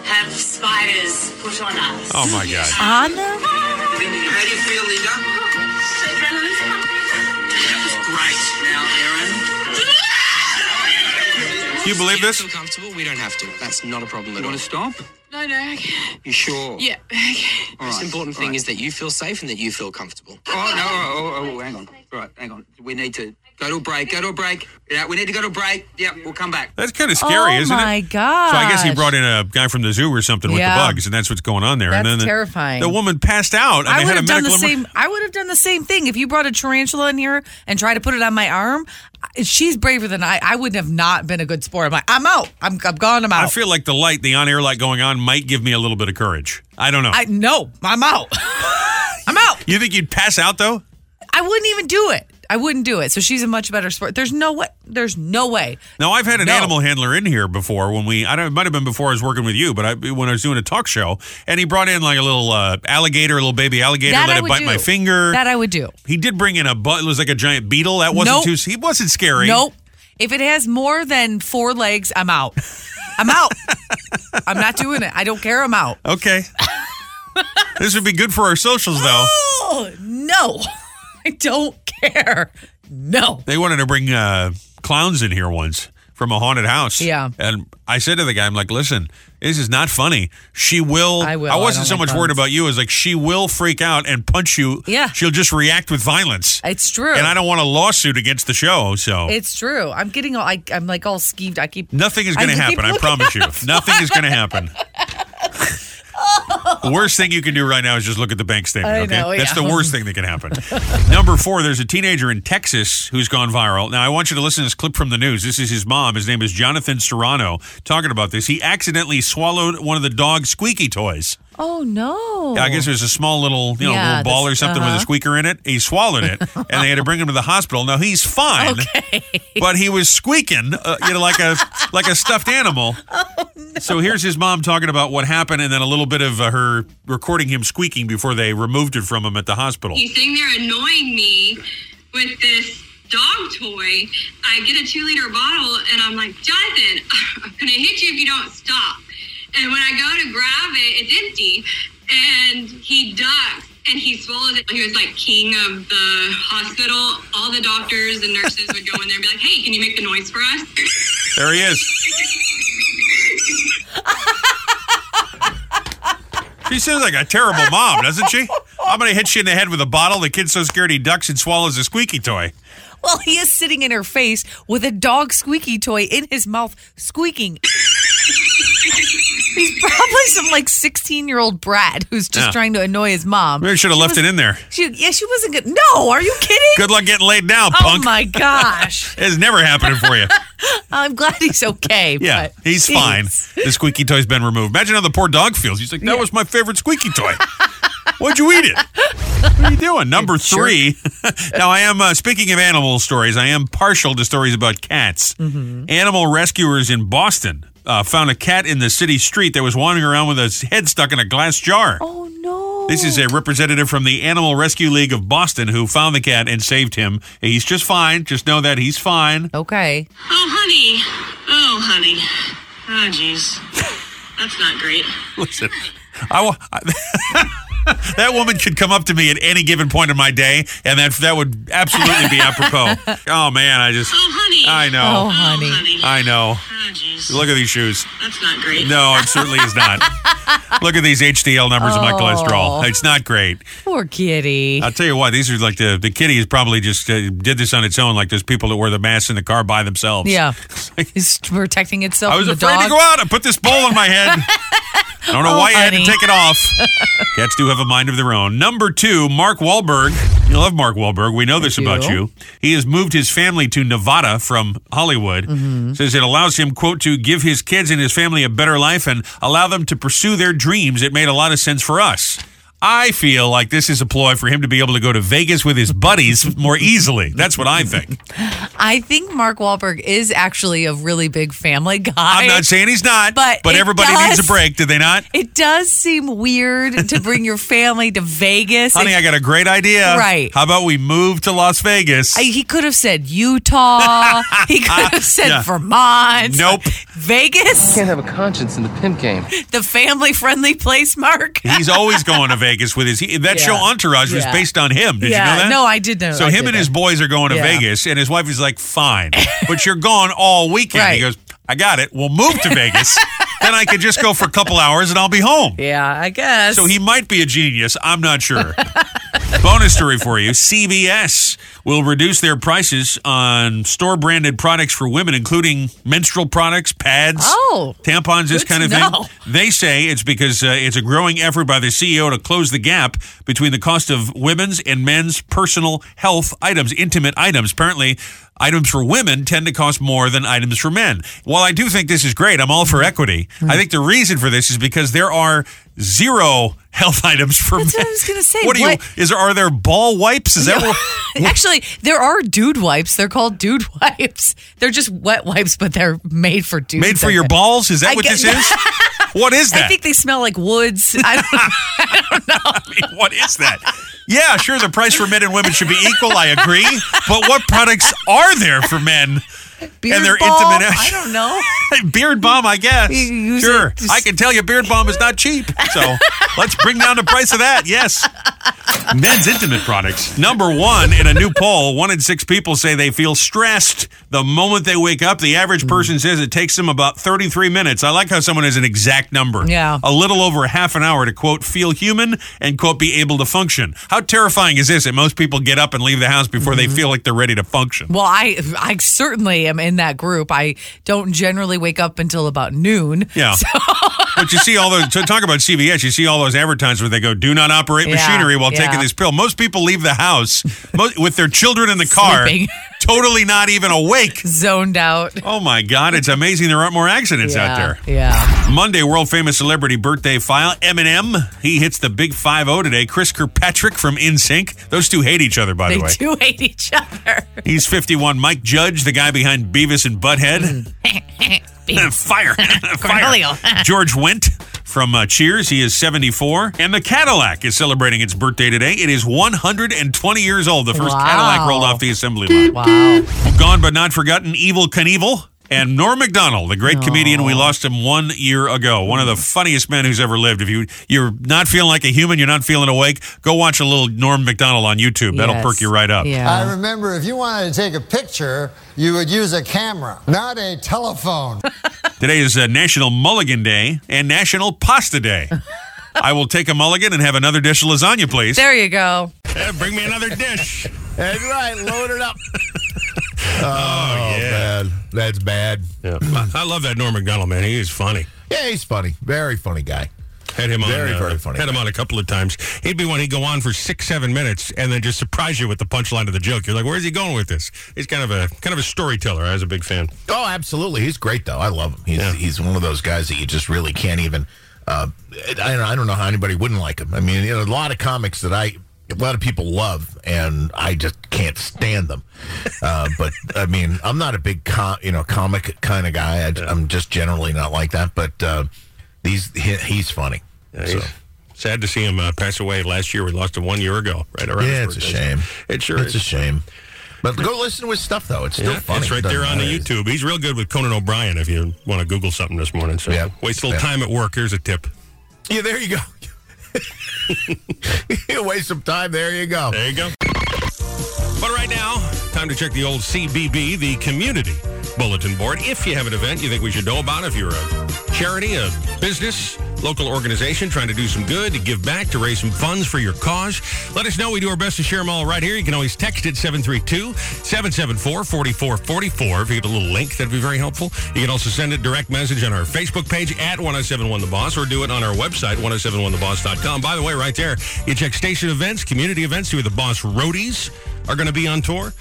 Speaker 5: have spiders put on us.
Speaker 1: Oh my God.
Speaker 2: on them?
Speaker 6: How do you feel, Linda? That was great. Now, Aaron.
Speaker 1: Do you believe this?
Speaker 6: Feel comfortable? We don't have to. That's not a problem at all. You want to stop?
Speaker 5: No, no, okay.
Speaker 6: You sure?
Speaker 5: Yeah, okay.
Speaker 6: The most important thing is that you feel safe and that you feel comfortable. Oh, no, oh, oh, oh, hang on. Right, hang on. We need to go to a break. Go to a break. Yeah, we need to go to a break. Yeah, we'll come back.
Speaker 1: That's kind of scary,
Speaker 2: oh
Speaker 1: isn't
Speaker 2: my
Speaker 1: it?
Speaker 2: god.
Speaker 1: So I guess he brought in a guy from the zoo or something with
Speaker 2: Yeah.
Speaker 1: the bugs, and that's what's going on there. and
Speaker 2: That's
Speaker 1: then the,
Speaker 2: terrifying.
Speaker 1: The woman passed out.
Speaker 2: I
Speaker 1: mean, had
Speaker 2: would
Speaker 1: a
Speaker 2: have done the
Speaker 1: medical emer-
Speaker 2: same. I would have done the same thing if you brought a tarantula in here and tried to put it on my arm. I- She's braver than I. I wouldn't have not been a good sport. I'm like, I'm out. I'm, I'm gone. I'm out.
Speaker 1: I feel like the light, the on-air light going on, might give me a little bit of courage. I don't know.
Speaker 2: I no. I'm out. I'm out.
Speaker 1: you think you'd pass out though?
Speaker 2: I wouldn't even do it. I wouldn't do it. So she's a much better sport. There's no way. There's no way.
Speaker 1: Now I've had an
Speaker 2: No.
Speaker 1: animal handler in here before when we I don't it might have been before I was working with you, but I, when I was doing a talk show and he brought in like a little uh, alligator, a little baby alligator,
Speaker 2: that
Speaker 1: let
Speaker 2: I
Speaker 1: it
Speaker 2: would
Speaker 1: bite
Speaker 2: do.
Speaker 1: my finger.
Speaker 2: That I would do.
Speaker 1: he did bring in a butt. It was like a giant beetle. That wasn't
Speaker 2: Nope.
Speaker 1: too. He wasn't scary.
Speaker 2: Nope. If it has more than four legs, I'm out. I'm out. I'm not doing it. I don't care. I'm out.
Speaker 1: Okay. this would be good for our socials though.
Speaker 2: Oh no. I don't care. No.
Speaker 1: They wanted to bring uh, clowns in here once from a haunted house.
Speaker 2: Yeah.
Speaker 1: And I said to the guy, I'm like, listen, this is not funny. She will.
Speaker 2: I will.
Speaker 1: I
Speaker 2: I
Speaker 1: wasn't so
Speaker 2: don't like
Speaker 1: much worried
Speaker 2: clowns.
Speaker 1: about you. It was like, she will freak out and punch you.
Speaker 2: Yeah.
Speaker 1: She'll just react with violence.
Speaker 2: It's true.
Speaker 1: And I don't want a lawsuit against the show. So
Speaker 2: It's true. I'm getting all. I, I'm like all skeeved. I keep.
Speaker 1: nothing is going to
Speaker 2: I keep
Speaker 1: happen. I
Speaker 2: looking
Speaker 1: promise you. Nothing is going to happen. The worst thing you can do right now is just look at the bank statement.
Speaker 2: I
Speaker 1: okay,
Speaker 2: know,
Speaker 1: that's
Speaker 2: yeah.
Speaker 1: the worst thing that can happen. Number four, there's a teenager in Texas who's gone viral. Now, I want you to listen to this clip from the news. This is his mom. His name is Jonathan Serrano. Talking about this, he accidentally swallowed one of the dog's squeaky toys.
Speaker 2: Oh no.
Speaker 1: I guess there's a small little, you know,
Speaker 2: Yeah,
Speaker 1: little ball or
Speaker 2: that's-
Speaker 1: something with a
Speaker 2: uh-huh.
Speaker 1: squeaker in it. He swallowed it, and they had to bring him to the hospital. Now he's fine, but he was squeaking, uh, you know, like a like a stuffed animal.
Speaker 2: Oh,
Speaker 1: So here's his mom talking about what happened, and then a little bit of uh, her recording him squeaking before they removed it from him at the hospital.
Speaker 7: you sitting there annoying me with this dog toy. I get a two liter bottle and I'm like, Jonathan, I'm gonna hit you if you don't stop. And when I go to grab it, it's empty. And he ducks and he swallows it. He was like king of the hospital. All the doctors and nurses would go in there and be like, hey, can you make the noise for us?
Speaker 1: There he is. She sounds like a terrible mom, doesn't she? I'm going to hit you in the head with a bottle. The kid's so scared he ducks and swallows a squeaky toy.
Speaker 2: Well, he is sitting in her face with a dog squeaky toy in his mouth, squeaking. He's probably some like 16 year old brat who's just
Speaker 1: Yeah.
Speaker 2: trying to annoy his mom.
Speaker 1: Maybe I should have left it in there.
Speaker 2: She, yeah, she wasn't good. No, are you kidding?
Speaker 1: Good luck getting laid down,
Speaker 2: oh
Speaker 1: punk.
Speaker 2: my gosh.
Speaker 1: It's never happening for you.
Speaker 2: I'm glad he's okay.
Speaker 1: Yeah,
Speaker 2: but
Speaker 1: he's
Speaker 2: jeez.
Speaker 1: fine. The squeaky toy's been removed. Imagine how the poor dog feels. He's like, that was my favorite squeaky toy. Why'd you eat it? What are you doing? Number three. now, I am, uh, speaking of animal stories, I am partial to stories about cats.
Speaker 2: Mm-hmm.
Speaker 1: Animal rescuers in Boston uh, found a cat in the city street that was wandering around with its head stuck in a glass jar.
Speaker 2: Oh no.
Speaker 1: This is a representative from the Animal Rescue League of Boston who found the cat and saved him. He's just fine. Just know that he's fine.
Speaker 2: Okay.
Speaker 7: Oh, honey. Oh, honey. Oh, jeez. That's not great.
Speaker 1: Listen, I will. that woman could come up to me at any given point in my day, and that that would absolutely be apropos. oh man, I just,
Speaker 7: Oh, honey.
Speaker 1: I
Speaker 2: Oh,
Speaker 1: know,
Speaker 2: honey.
Speaker 1: I know.
Speaker 7: Oh, jeez.
Speaker 1: Look at these shoes.
Speaker 7: That's not great.
Speaker 1: No, it certainly is not. Look at these HDL numbers in my cholesterol. It's not great.
Speaker 2: Poor kitty.
Speaker 1: I'll tell you what, these are like the the kitty is probably just uh, did this on its own. Like those people that wear the masks in the car by themselves.
Speaker 2: yeah. It's protecting itself
Speaker 1: I was
Speaker 2: from the
Speaker 1: afraid
Speaker 2: dog.
Speaker 1: to go out. I put this bowl on my head. I don't know
Speaker 2: Oh,
Speaker 1: why you
Speaker 2: honey.
Speaker 1: had to take it off. Cats do have a mind of their own. Number two, Mark Wahlberg. You love Mark Wahlberg. We know this about
Speaker 2: do.
Speaker 1: you. He has moved his family to Nevada from Hollywood.
Speaker 2: Mm-hmm.
Speaker 1: Says it allows him, quote, to give his kids and his family a better life and allow them to pursue their dreams. It made a lot of sense for us. I feel like this is a ploy for him to be able to go to Vegas with his buddies more easily. That's what I think.
Speaker 2: I think Mark Wahlberg is actually a really big family guy.
Speaker 1: I'm not saying he's not,
Speaker 2: But
Speaker 1: but
Speaker 2: it
Speaker 1: everybody needs a
Speaker 2: does-
Speaker 1: break, do they not?
Speaker 2: it does seem weird to bring your family to Vegas.
Speaker 1: Honey, I got a great idea.
Speaker 2: Right.
Speaker 1: How about we move to Las Vegas?
Speaker 2: I- he could have said Utah. he could have said
Speaker 1: Yeah.
Speaker 2: Vermont.
Speaker 1: Nope.
Speaker 2: Vegas,
Speaker 8: Can't have a conscience in the pimp game.
Speaker 2: the family friendly place, Mark.
Speaker 1: He's always going to Vegas with his. He, that
Speaker 2: Yeah.
Speaker 1: show Entourage was
Speaker 2: Yeah.
Speaker 1: based on him. Did
Speaker 2: Yeah.
Speaker 1: you know that?
Speaker 2: No, I did know-
Speaker 1: So
Speaker 2: I
Speaker 1: him
Speaker 2: did
Speaker 1: and his
Speaker 2: know.
Speaker 1: boys are going to
Speaker 2: Yeah.
Speaker 1: Vegas, and his wife is like, "Fine, but you're gone all weekend." He
Speaker 2: Right.
Speaker 1: goes, "I got it. We'll move to Vegas. then I could just go for a couple hours, and I'll be home."
Speaker 2: Yeah, I guess.
Speaker 1: So he might be a genius. I'm not sure. Bonus story for you CVS will reduce their prices on store branded products for women, including menstrual products, pads,
Speaker 2: Oh,
Speaker 1: tampons, this
Speaker 2: good
Speaker 1: kind of
Speaker 2: to
Speaker 1: thing.
Speaker 2: know.
Speaker 1: They say it's because uh, it's a growing effort by the CEO to close the gap between the cost of women's and men's personal health items, intimate items. Apparently, items for women tend to cost more than items for men. While I do think this is great, I'm all for
Speaker 2: Mm-hmm.
Speaker 1: equity. I think the reason for this is because there are zero health items for
Speaker 2: That's
Speaker 1: men.
Speaker 2: what I was gonna say.
Speaker 1: What do you
Speaker 2: What-
Speaker 1: is there, are there ball wipes? Is that what
Speaker 2: Actually, there are dude wipes. They're called dude wipes. They're just wet wipes, but they're made for dudes.
Speaker 1: made for
Speaker 2: I
Speaker 1: your
Speaker 2: guess.
Speaker 1: balls? Is that
Speaker 2: I
Speaker 1: what
Speaker 2: guess-
Speaker 1: this is? What is that?
Speaker 2: I think they smell like woods. I don't-
Speaker 1: what is that? Yeah, sure, the price for men and women should be equal. I agree. But what products are there for men?
Speaker 2: beard
Speaker 1: they're
Speaker 2: balm?
Speaker 1: intimate-
Speaker 2: I don't know.
Speaker 1: Beard bomb, I guess.
Speaker 2: You use
Speaker 1: Sure.
Speaker 2: it to-
Speaker 1: I can tell you beard bomb is not cheap. So let's bring down the price of that. Yes. Men's intimate products. Number one in a new poll, one in six people say they feel stressed the moment they wake up. The average person says it takes them about 33 minutes. I like how someone has an exact number.
Speaker 2: Yeah.
Speaker 1: A little over half an hour to quote, feel human and quote, be able to function. How terrifying is this that most people get up and leave the house before
Speaker 2: Mm-hmm.
Speaker 1: they feel like they're ready to function?
Speaker 2: Well, I I certainly am in that group. I don't generally wake up until about noon.
Speaker 1: Yeah. but you see all those, to talk about CVS, you see all those advertisements where they go, do not operate
Speaker 2: Yeah,
Speaker 1: machinery while
Speaker 2: yeah.
Speaker 1: taking this pill. Most people leave the house mo with their children in the car,
Speaker 2: Sleeping.
Speaker 1: totally not even awake.
Speaker 2: Zoned out.
Speaker 1: Oh my God, it's amazing there aren't more accidents out there.
Speaker 2: Yeah.
Speaker 1: Monday, world famous celebrity birthday file. Eminem, he hits the big 5 0 today. Chris Kirkpatrick from InSync. Those two hate each other, by
Speaker 2: They
Speaker 1: the way.
Speaker 2: do hate each other.
Speaker 1: He's 51. Mike Judge, the guy behind Beavis and Butthead. Fire.
Speaker 2: Hmm. Cornelio.
Speaker 1: Fire. George Wendt from uh, Cheers. He is 74. And the Cadillac is celebrating its birthday today. It is 120 years old. The first
Speaker 2: Wow.
Speaker 1: Cadillac rolled off the assembly line.
Speaker 2: Wow.
Speaker 1: Gone but not forgotten, Evil Knievel. And Norm Macdonald, the great comedian, we lost him one year ago. One of the funniest men who's ever lived. If you you're not feeling like a human, you're not feeling awake, go watch a little Norm Macdonald on YouTube. That'll
Speaker 2: Yes.
Speaker 1: perk you right up.
Speaker 2: Yeah.
Speaker 9: I remember if you wanted to take a picture, you would use a camera, not a telephone.
Speaker 1: Today is uh, National Mulligan Day and National Pasta Day. I will take a mulligan and have another dish of lasagna, please.
Speaker 2: there you go.
Speaker 1: Eh, bring me another dish.
Speaker 4: That's right. Load it up. oh, yeah. Man. That's bad.
Speaker 10: Yeah. I I love that Norm McDonald man. He is funny.
Speaker 4: Yeah, he's funny. Very funny guy.
Speaker 10: Had him on.
Speaker 4: Very,
Speaker 10: uh,
Speaker 4: very funny.
Speaker 10: Had him on a couple of times. He'd be one. He'd go on for six, seven minutes, and then just surprise you with the punchline of the joke. You're like, "Where's he going with this?" He's kind of a kind of a storyteller. I was a big fan.
Speaker 4: Oh, absolutely. He's great, though. I love him. He's he's one of those guys that you just really can't even. Uh, I, I don't know how anybody wouldn't like him. I mean, you know, a lot of comics that I, a lot of people love, and I just can't stand them. Uh, but I mean, I'm not a big com, you know comic kind of guy. I, am just generally not like that. But uh, these he, he's funny.
Speaker 10: Yeah,
Speaker 4: So,
Speaker 10: he's- Sad to see him uh, pass away last year. We lost him one year ago, right around.
Speaker 4: yeah,
Speaker 10: his
Speaker 4: it's a
Speaker 10: birthday.
Speaker 4: shame.
Speaker 10: It sure
Speaker 4: it's
Speaker 10: is.
Speaker 4: a shame. But go listen to his stuff though; it's still
Speaker 10: Yeah,
Speaker 4: funny.
Speaker 10: It's right there on the YouTube. He's real good with Conan O'Brien if you want to Google something this morning. So
Speaker 4: Yeah.
Speaker 10: waste a little
Speaker 4: Yeah.
Speaker 10: time at work. Here's a tip.
Speaker 4: Yeah, there you go. you waste some time. There you go.
Speaker 10: There you go. But right now, time to check the old CBB, the Community Bulletin Board. If you have an event you think we should know about, if you're a charity, a business, local organization trying to do some good, to give back, to raise some funds for your cause, let us know. We do our best to share them all right here. You can always text it 732-774-4444. If you get a little link, that'd be very helpful. You can also send a direct message on our Facebook page at 1071 The Boss or do it on our website, 1071theboss.com. By the way, right there, you check station events, community events, who are the Boss Roadies are going to be on tour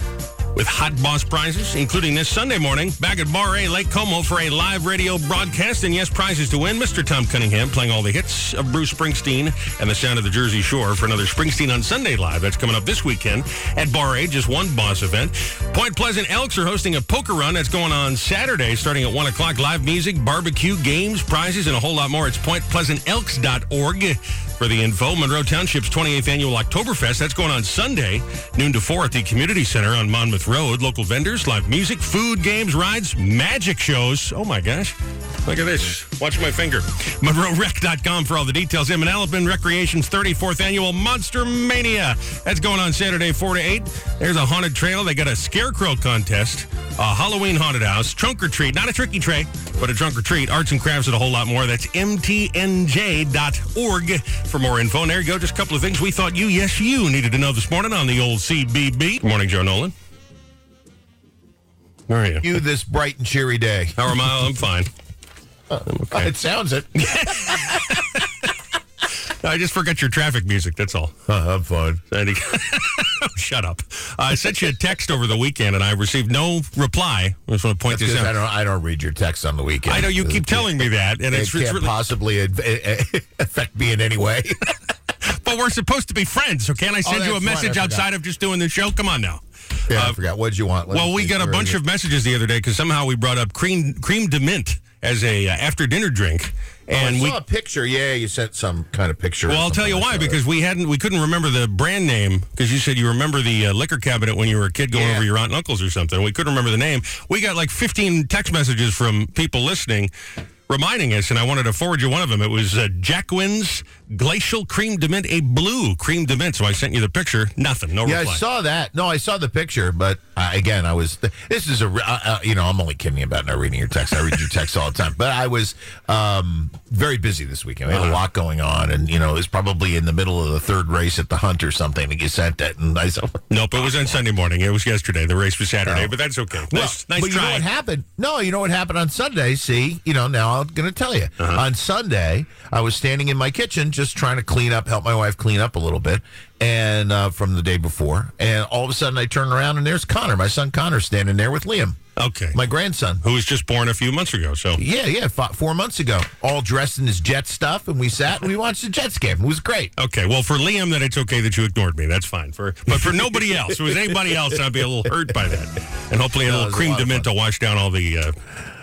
Speaker 10: with hot boss prizes, including this Sunday morning back at Bar A Lake Como for a live radio broadcast. And yes, prizes to win. Mr. Tom Cunningham playing all the hits of Bruce Springsteen and the sound of the Jersey Shore for another Springsteen on Sunday Live. That's coming up this weekend at Bar A, just one boss event. Point Pleasant Elks are hosting a poker run that's going on Saturday starting at 1 o'clock. Live music, barbecue, games, prizes, and a whole lot more. It's pointpleasantelks.org for the info. Monroe Township's 28th annual Oktoberfest. That's going on Sunday, noon to 4 at the Community Center on Monmouth Road. Local vendors, live music, food, games, rides, magic shows. Oh my gosh. Look at this. Watch my finger. MonroeRec.com for all the details. M and Alpin Recreation's 34th annual Monster Mania. That's going on Saturday, 4 to 8. There's a haunted trail. They got a scarecrow contest, a Halloween haunted house, trunk or treat. Not a tricky tray, but a trunk or treat. Arts and crafts and a whole lot more. That's mtnj.org for more info. And there you go. Just a couple of things we thought you, yes, you needed to know this morning on the old CBB. Good morning, Joe Nolan. How are you?
Speaker 4: You this bright and cheery day.
Speaker 10: How am I? I'm fine. I'm okay.
Speaker 4: It sounds it.
Speaker 10: I just forgot your traffic music. That's all.
Speaker 4: Oh, I'm fine.
Speaker 10: Sandy. Shut up. Uh, I sent you a text over the weekend and I received no reply. I just want to point
Speaker 4: Because
Speaker 10: this
Speaker 4: I
Speaker 10: out.
Speaker 4: don't. I don't read your texts on the weekend.
Speaker 10: I know you keep telling me that, and
Speaker 4: It
Speaker 10: it's,
Speaker 4: can't
Speaker 10: it's really,
Speaker 4: possibly ad- affect me in any way.
Speaker 10: but we're supposed to be friends, so can't I send
Speaker 4: Oh,
Speaker 10: you a
Speaker 4: that's right, I
Speaker 10: message
Speaker 4: forgot.
Speaker 10: outside of just doing the show? Come on now.
Speaker 4: yeah,
Speaker 10: Uh,
Speaker 4: I forgot. What'd you want? Let
Speaker 10: well,
Speaker 4: me
Speaker 10: we
Speaker 4: see.
Speaker 10: got a
Speaker 4: Where
Speaker 10: bunch
Speaker 4: is it?
Speaker 10: of messages the other day because somehow we brought up cream cream de mint as a uh, after dinner drink, and
Speaker 4: Oh, I
Speaker 10: we
Speaker 4: saw a picture. Yeah, you sent some kind of picture. or
Speaker 10: Well, I'll tell
Speaker 4: something.
Speaker 10: you
Speaker 4: I
Speaker 10: why
Speaker 4: saw
Speaker 10: because
Speaker 4: it.
Speaker 10: we hadn't we couldn't remember the brand name because you said you remember the uh, liquor cabinet when you were a kid going
Speaker 4: Yeah.
Speaker 10: over your aunt and uncle's or something. We couldn't remember the name. We got like 15 text messages from people listening reminding us and I wanted to forward you one of them. It was uh, Jacquin's Glacial Cream de Mint, a blue cream de mint. So I sent you the picture. Nothing. No
Speaker 4: Yeah, I
Speaker 10: reply.
Speaker 4: saw that. No, I saw the picture, but uh, again, I was. This is a. re- Uh, uh, you know, I'm only kidding about not reading your text. I read your text all the time, but I was um, very busy this weekend. We had a lot going on, and you know, it was probably in the middle of the third race at the hunt or something. And you sent it, and I said,
Speaker 10: nope. It was on Sunday morning. It was yesterday. The race was Saturday, but that's okay. Nice,
Speaker 4: Oh. Well,
Speaker 10: nice
Speaker 4: but you know
Speaker 10: try.
Speaker 4: what happened? No, you know what happened on Sunday. See, you know now I'm going to tell you.
Speaker 10: Uh-huh.
Speaker 4: On Sunday, I was standing in my kitchen just trying to clean up, help my wife clean up a little bit, and uh, from the day before, and all of a sudden I turn around and there's Connor, my son Connor, standing there with Liam,
Speaker 10: okay.
Speaker 4: my grandson.
Speaker 10: Who was just born a few months ago. So
Speaker 4: Yeah, yeah, fo- four months ago, all dressed in his Jets stuff, and we sat and we watched the Jets game. It was great.
Speaker 10: Okay, well, for Liam, then it's okay that you ignored me. That's fine. For but for nobody else, if it was anybody else, I'd be a little hurt by that. And hopefully, a
Speaker 4: No, it
Speaker 10: little
Speaker 4: was a
Speaker 10: cream
Speaker 4: lot
Speaker 10: de
Speaker 4: of
Speaker 10: mint to wash down all the uh,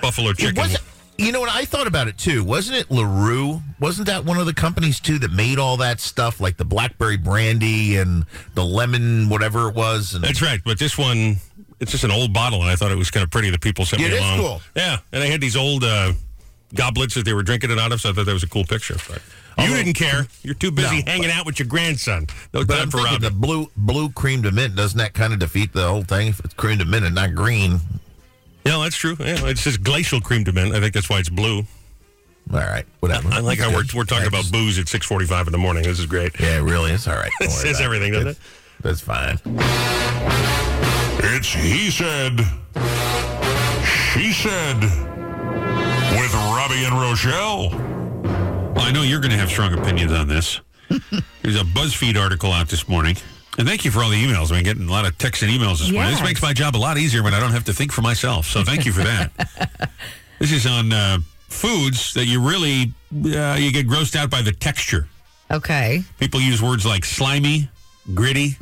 Speaker 10: buffalo
Speaker 4: It
Speaker 10: chicken.
Speaker 4: wasn't. You know what? I thought about it too. Wasn't it Larue? Wasn't that one of the companies too that made all that stuff, like the blackberry brandy and the lemon, whatever it was? And
Speaker 10: That's right. But this one, it's just an old bottle, and I thought it was kind of pretty. The people sent
Speaker 4: Yeah,
Speaker 10: me
Speaker 4: it is
Speaker 10: along.
Speaker 4: cool.
Speaker 10: Yeah, and they had these old uh, goblets that they were drinking it out of. So I thought that was a cool picture. But you didn't care. You're too busy
Speaker 4: No,
Speaker 10: hanging out with your grandson. No
Speaker 4: but
Speaker 10: time
Speaker 4: I'm
Speaker 10: for
Speaker 4: thinking
Speaker 10: Robbie.
Speaker 4: the blue blue cream de mint doesn't that kind of defeat the whole thing? If it's cream de mint and not green,
Speaker 10: yeah, that's true. Yeah, it's just glacial cream de mint. I think that's why it's blue.
Speaker 4: all right, whatever.
Speaker 10: I like how we're, we're talking about booze at 6:45 in the morning. This is great.
Speaker 4: Yeah, it really, it's all right. Don't
Speaker 10: It
Speaker 4: worry
Speaker 10: says
Speaker 4: about
Speaker 10: everything, doesn't it?
Speaker 4: That's fine.
Speaker 11: It's He Said, She Said, with Robbie and Rochelle.
Speaker 1: Well, I know you're going to have strong opinions on this. There's a BuzzFeed article out this morning. And thank you for all the emails. I've been getting a lot of texts and emails this morning. This
Speaker 2: Yes.
Speaker 1: makes my job a lot easier when I don't have to think for myself. So thank you for that. this is on uh, foods that you really uh, you get grossed out by the texture.
Speaker 2: Okay.
Speaker 1: People use words like slimy, gritty,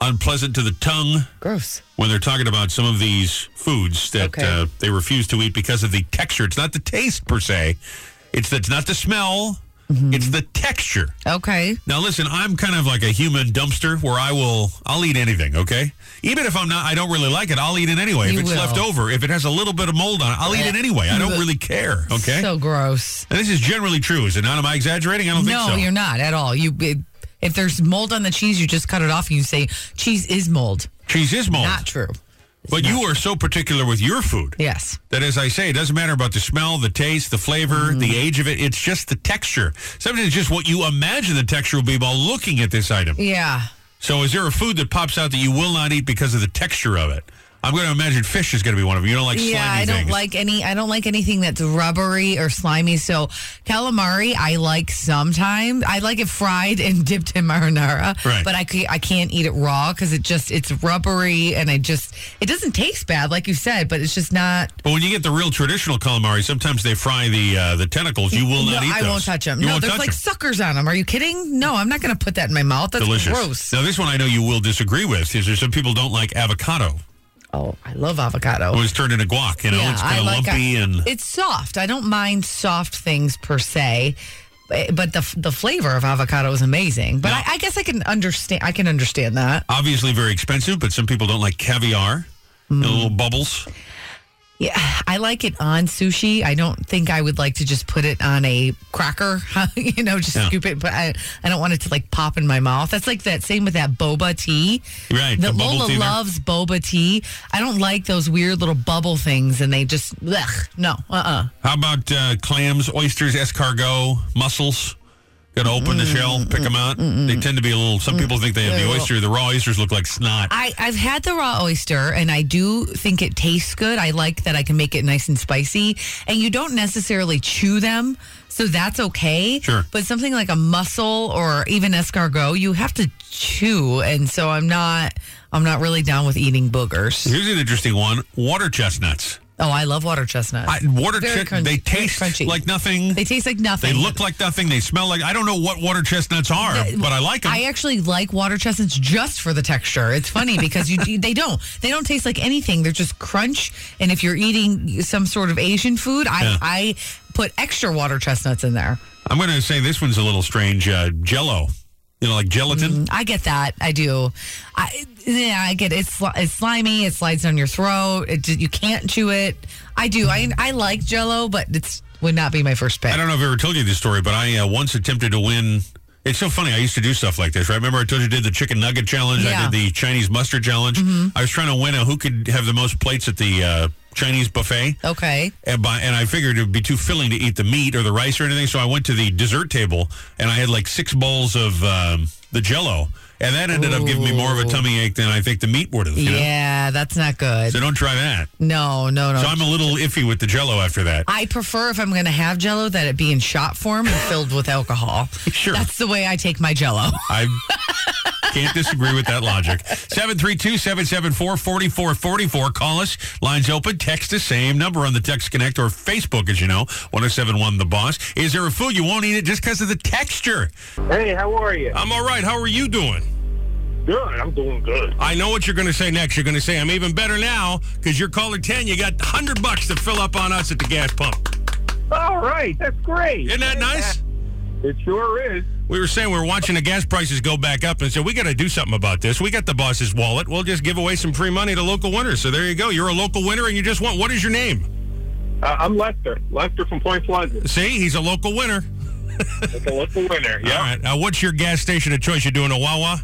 Speaker 1: unpleasant to the tongue
Speaker 2: Gross.
Speaker 1: when they're talking about some of these foods that
Speaker 2: Okay.
Speaker 1: uh, they refuse to eat because of the texture. It's not the taste per se. It's that's not the smell.
Speaker 10: Mm-hmm. It's the texture.
Speaker 2: Okay.
Speaker 10: Now listen, I'm kind of like a human dumpster where I will I'll eat anything, okay? Even if I'm not I don't really like it, I'll eat it anyway.
Speaker 2: You
Speaker 10: if it's
Speaker 2: will.
Speaker 10: left over, if it has a little bit of mold on it, I'll eat it anyway. I don't really care, okay?
Speaker 2: So gross.
Speaker 10: and this is generally true, is it not? Am I exaggerating? I don't
Speaker 2: No,
Speaker 10: think so.
Speaker 2: you're not at all. You it, if there's mold on the cheese, you just cut it off and you say cheese is mold.
Speaker 10: Cheese is mold.
Speaker 2: Not true.
Speaker 10: But you are so particular with your food
Speaker 2: Yes.
Speaker 10: that, as I say, it doesn't matter about the smell, the taste, the
Speaker 2: Mm-hmm.
Speaker 10: flavor, the age of it. It's just the texture. Sometimes it's just what you imagine the texture will be while looking at this item.
Speaker 2: Yeah.
Speaker 10: So, is there a food that pops out that you will not eat because of the texture of it? I'm going to imagine fish is going to be one of them. You don't like
Speaker 2: yeah,
Speaker 10: slimy
Speaker 2: I don't
Speaker 10: things.
Speaker 2: like any. I don't like anything that's rubbery or slimy. So calamari, I like sometimes. I like it fried and dipped in marinara.
Speaker 10: Right.
Speaker 2: But I ca- I can't eat it raw because it just it's rubbery and I just it doesn't taste bad like you said, but it's just not.
Speaker 10: but when you get the real traditional calamari, sometimes they fry the uh, the tentacles. You will
Speaker 2: No,
Speaker 10: not eat
Speaker 2: I
Speaker 10: those.
Speaker 2: won't touch them.
Speaker 10: You
Speaker 2: no,
Speaker 10: won't
Speaker 2: there's
Speaker 10: touch
Speaker 2: like
Speaker 10: 'em.
Speaker 2: suckers on them. Are you kidding? No, I'm not going to put that in my mouth. That's
Speaker 10: delicious.
Speaker 2: gross.
Speaker 10: Now, this one I know you will disagree with. Is there some people don't like avocado?
Speaker 2: Oh, I love avocado.
Speaker 10: It was turned into guac. You know, it's kind of
Speaker 2: uh,
Speaker 10: lumpy
Speaker 2: a-
Speaker 10: and
Speaker 2: it's soft. I don't mind soft things per se, but but the f- the flavor of avocado is amazing. But I, I guess I can understand. I can understand that.
Speaker 10: obviously very expensive. But some people don't like caviar. you know,
Speaker 2: Hmm.
Speaker 10: little bubbles.
Speaker 2: Yeah, I like it on sushi. I don't think I would like to just put it on a cracker. you know, just
Speaker 10: Yeah.
Speaker 2: scoop it. But I I don't want it to like pop in my mouth. That's like that same with that boba tea.
Speaker 10: Right,
Speaker 2: That
Speaker 10: the bubble
Speaker 2: Lola
Speaker 10: tea there.
Speaker 2: loves boba tea. I don't like those weird little bubble things, and they just ugh, no, uh, uh
Speaker 10: How about uh, clams, oysters, escargot, mussels? Got to open the
Speaker 2: Mm,
Speaker 10: shell, pick them out. They tend to be a little. Some people think they have the oyster. The raw oysters look like snot.
Speaker 2: I, I've had the raw oyster and I do think it tastes good. I like that I can make it nice and spicy. And you don't necessarily chew them, so that's okay.
Speaker 10: Sure.
Speaker 2: But something like a mussel or even escargot, you have to chew. And so I'm not I'm not really down with eating boogers.
Speaker 10: Here's an interesting one: water chestnuts.
Speaker 2: Oh, I love water chestnuts.
Speaker 10: I, water
Speaker 2: Very
Speaker 10: chestnuts.
Speaker 2: crunch-
Speaker 10: They
Speaker 2: very
Speaker 10: taste
Speaker 2: crunchy.
Speaker 10: like nothing.
Speaker 2: They taste like nothing.
Speaker 10: They look like nothing. They smell like. I don't know what water chestnuts are,
Speaker 2: Uh,
Speaker 10: but I like them.
Speaker 2: I actually like water chestnuts just for the texture. It's funny because you you- they don't they don't taste like anything. They're just crunch. And if you're eating some sort of Asian food, I
Speaker 10: Yeah.
Speaker 2: I put extra water chestnuts in there.
Speaker 10: I'm going to say this one's a little strange. Uh, Jello, you know, like gelatin.
Speaker 2: I get that. I do. I yeah, I get it. it's sli- it's slimy. It slides down your throat. It, ju- you can't chew it. I do. I I like Jello, but it's would not be my first pick.
Speaker 10: I don't know if I ever told you this story, but I uh, once attempted to win. It's so funny. I used to do stuff like this, right? Remember, I told you I did the chicken nugget challenge. I
Speaker 2: Yeah. Mm-hmm.
Speaker 10: did the Chinese mustard challenge. I was trying to win a who could have the most plates at the uh, Chinese buffet.
Speaker 2: Okay.
Speaker 10: And, by, and I figured it would be too filling to eat the meat or the rice or anything. So I went to the dessert table and I had like six bowls of um, the jello. And that ended up giving me more of a tummy ache than I think the meat would have. you know?
Speaker 2: Yeah, that's not good.
Speaker 10: So don't try that.
Speaker 2: No, no, no.
Speaker 10: So I'm a little iffy with the jello after that.
Speaker 2: I prefer if I'm going to have Jello that it be in shot form and filled with alcohol.
Speaker 10: Sure.
Speaker 2: that's the way I take my Jello.
Speaker 10: I can't disagree with that logic. 732-774-4444. Call us. Lines open. Text the same number on the Text Connect or Facebook, as you know. 1071 The Boss. Is there a food you won't eat it just because of the texture?
Speaker 7: Hey, how are you?
Speaker 10: I'm all right. How are you doing?
Speaker 7: Good. I'm doing good.
Speaker 10: I know what you're going to say next. You're going to say, I'm even better now because you're caller 10. You got 100 bucks to fill up on us at the gas pump.
Speaker 7: All right, that's great.
Speaker 10: Isn't that nice?
Speaker 7: It sure is.
Speaker 10: We were saying we were watching the gas prices go back up and said, we got to do something about this. We got the boss's wallet. We'll just give away some free money to local winners. So there you go. You're a local winner and you just won. What is your name?
Speaker 7: Uh, I'm Lester. Lester from Point Pleasant.
Speaker 10: See, he's a local winner.
Speaker 7: It's a local winner.
Speaker 10: All
Speaker 7: Yeah.
Speaker 10: right. Uh, what's your gas station of choice? You doing a Wawa?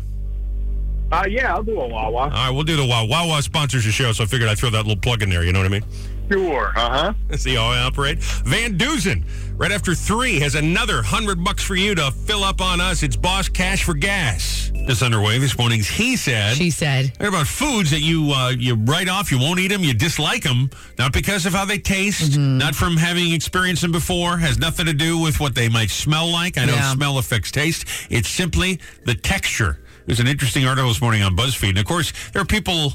Speaker 7: Uh, yeah, I'll do a Wawa.
Speaker 10: All right, we'll do the Wawa. Wawa sponsors the show, so I figured I'd throw that little plug in there. You know what I mean?
Speaker 7: Sure. Uh huh.
Speaker 10: See how I operate. Van Dusen, right after three, has another hundred bucks for you to fill up on us. It's Boss Cash for Gas. This underway this morning's He Said.
Speaker 2: she said.
Speaker 10: They're about foods that you uh, you write off, you won't eat them, you dislike them, not because of how they taste,
Speaker 2: Mm-hmm.
Speaker 10: not from having experienced them before, has nothing to do with what they might smell like. I know
Speaker 2: Yeah.
Speaker 10: smell affects taste. It's simply the texture. There's an interesting article this morning on BuzzFeed, and of course, there are people.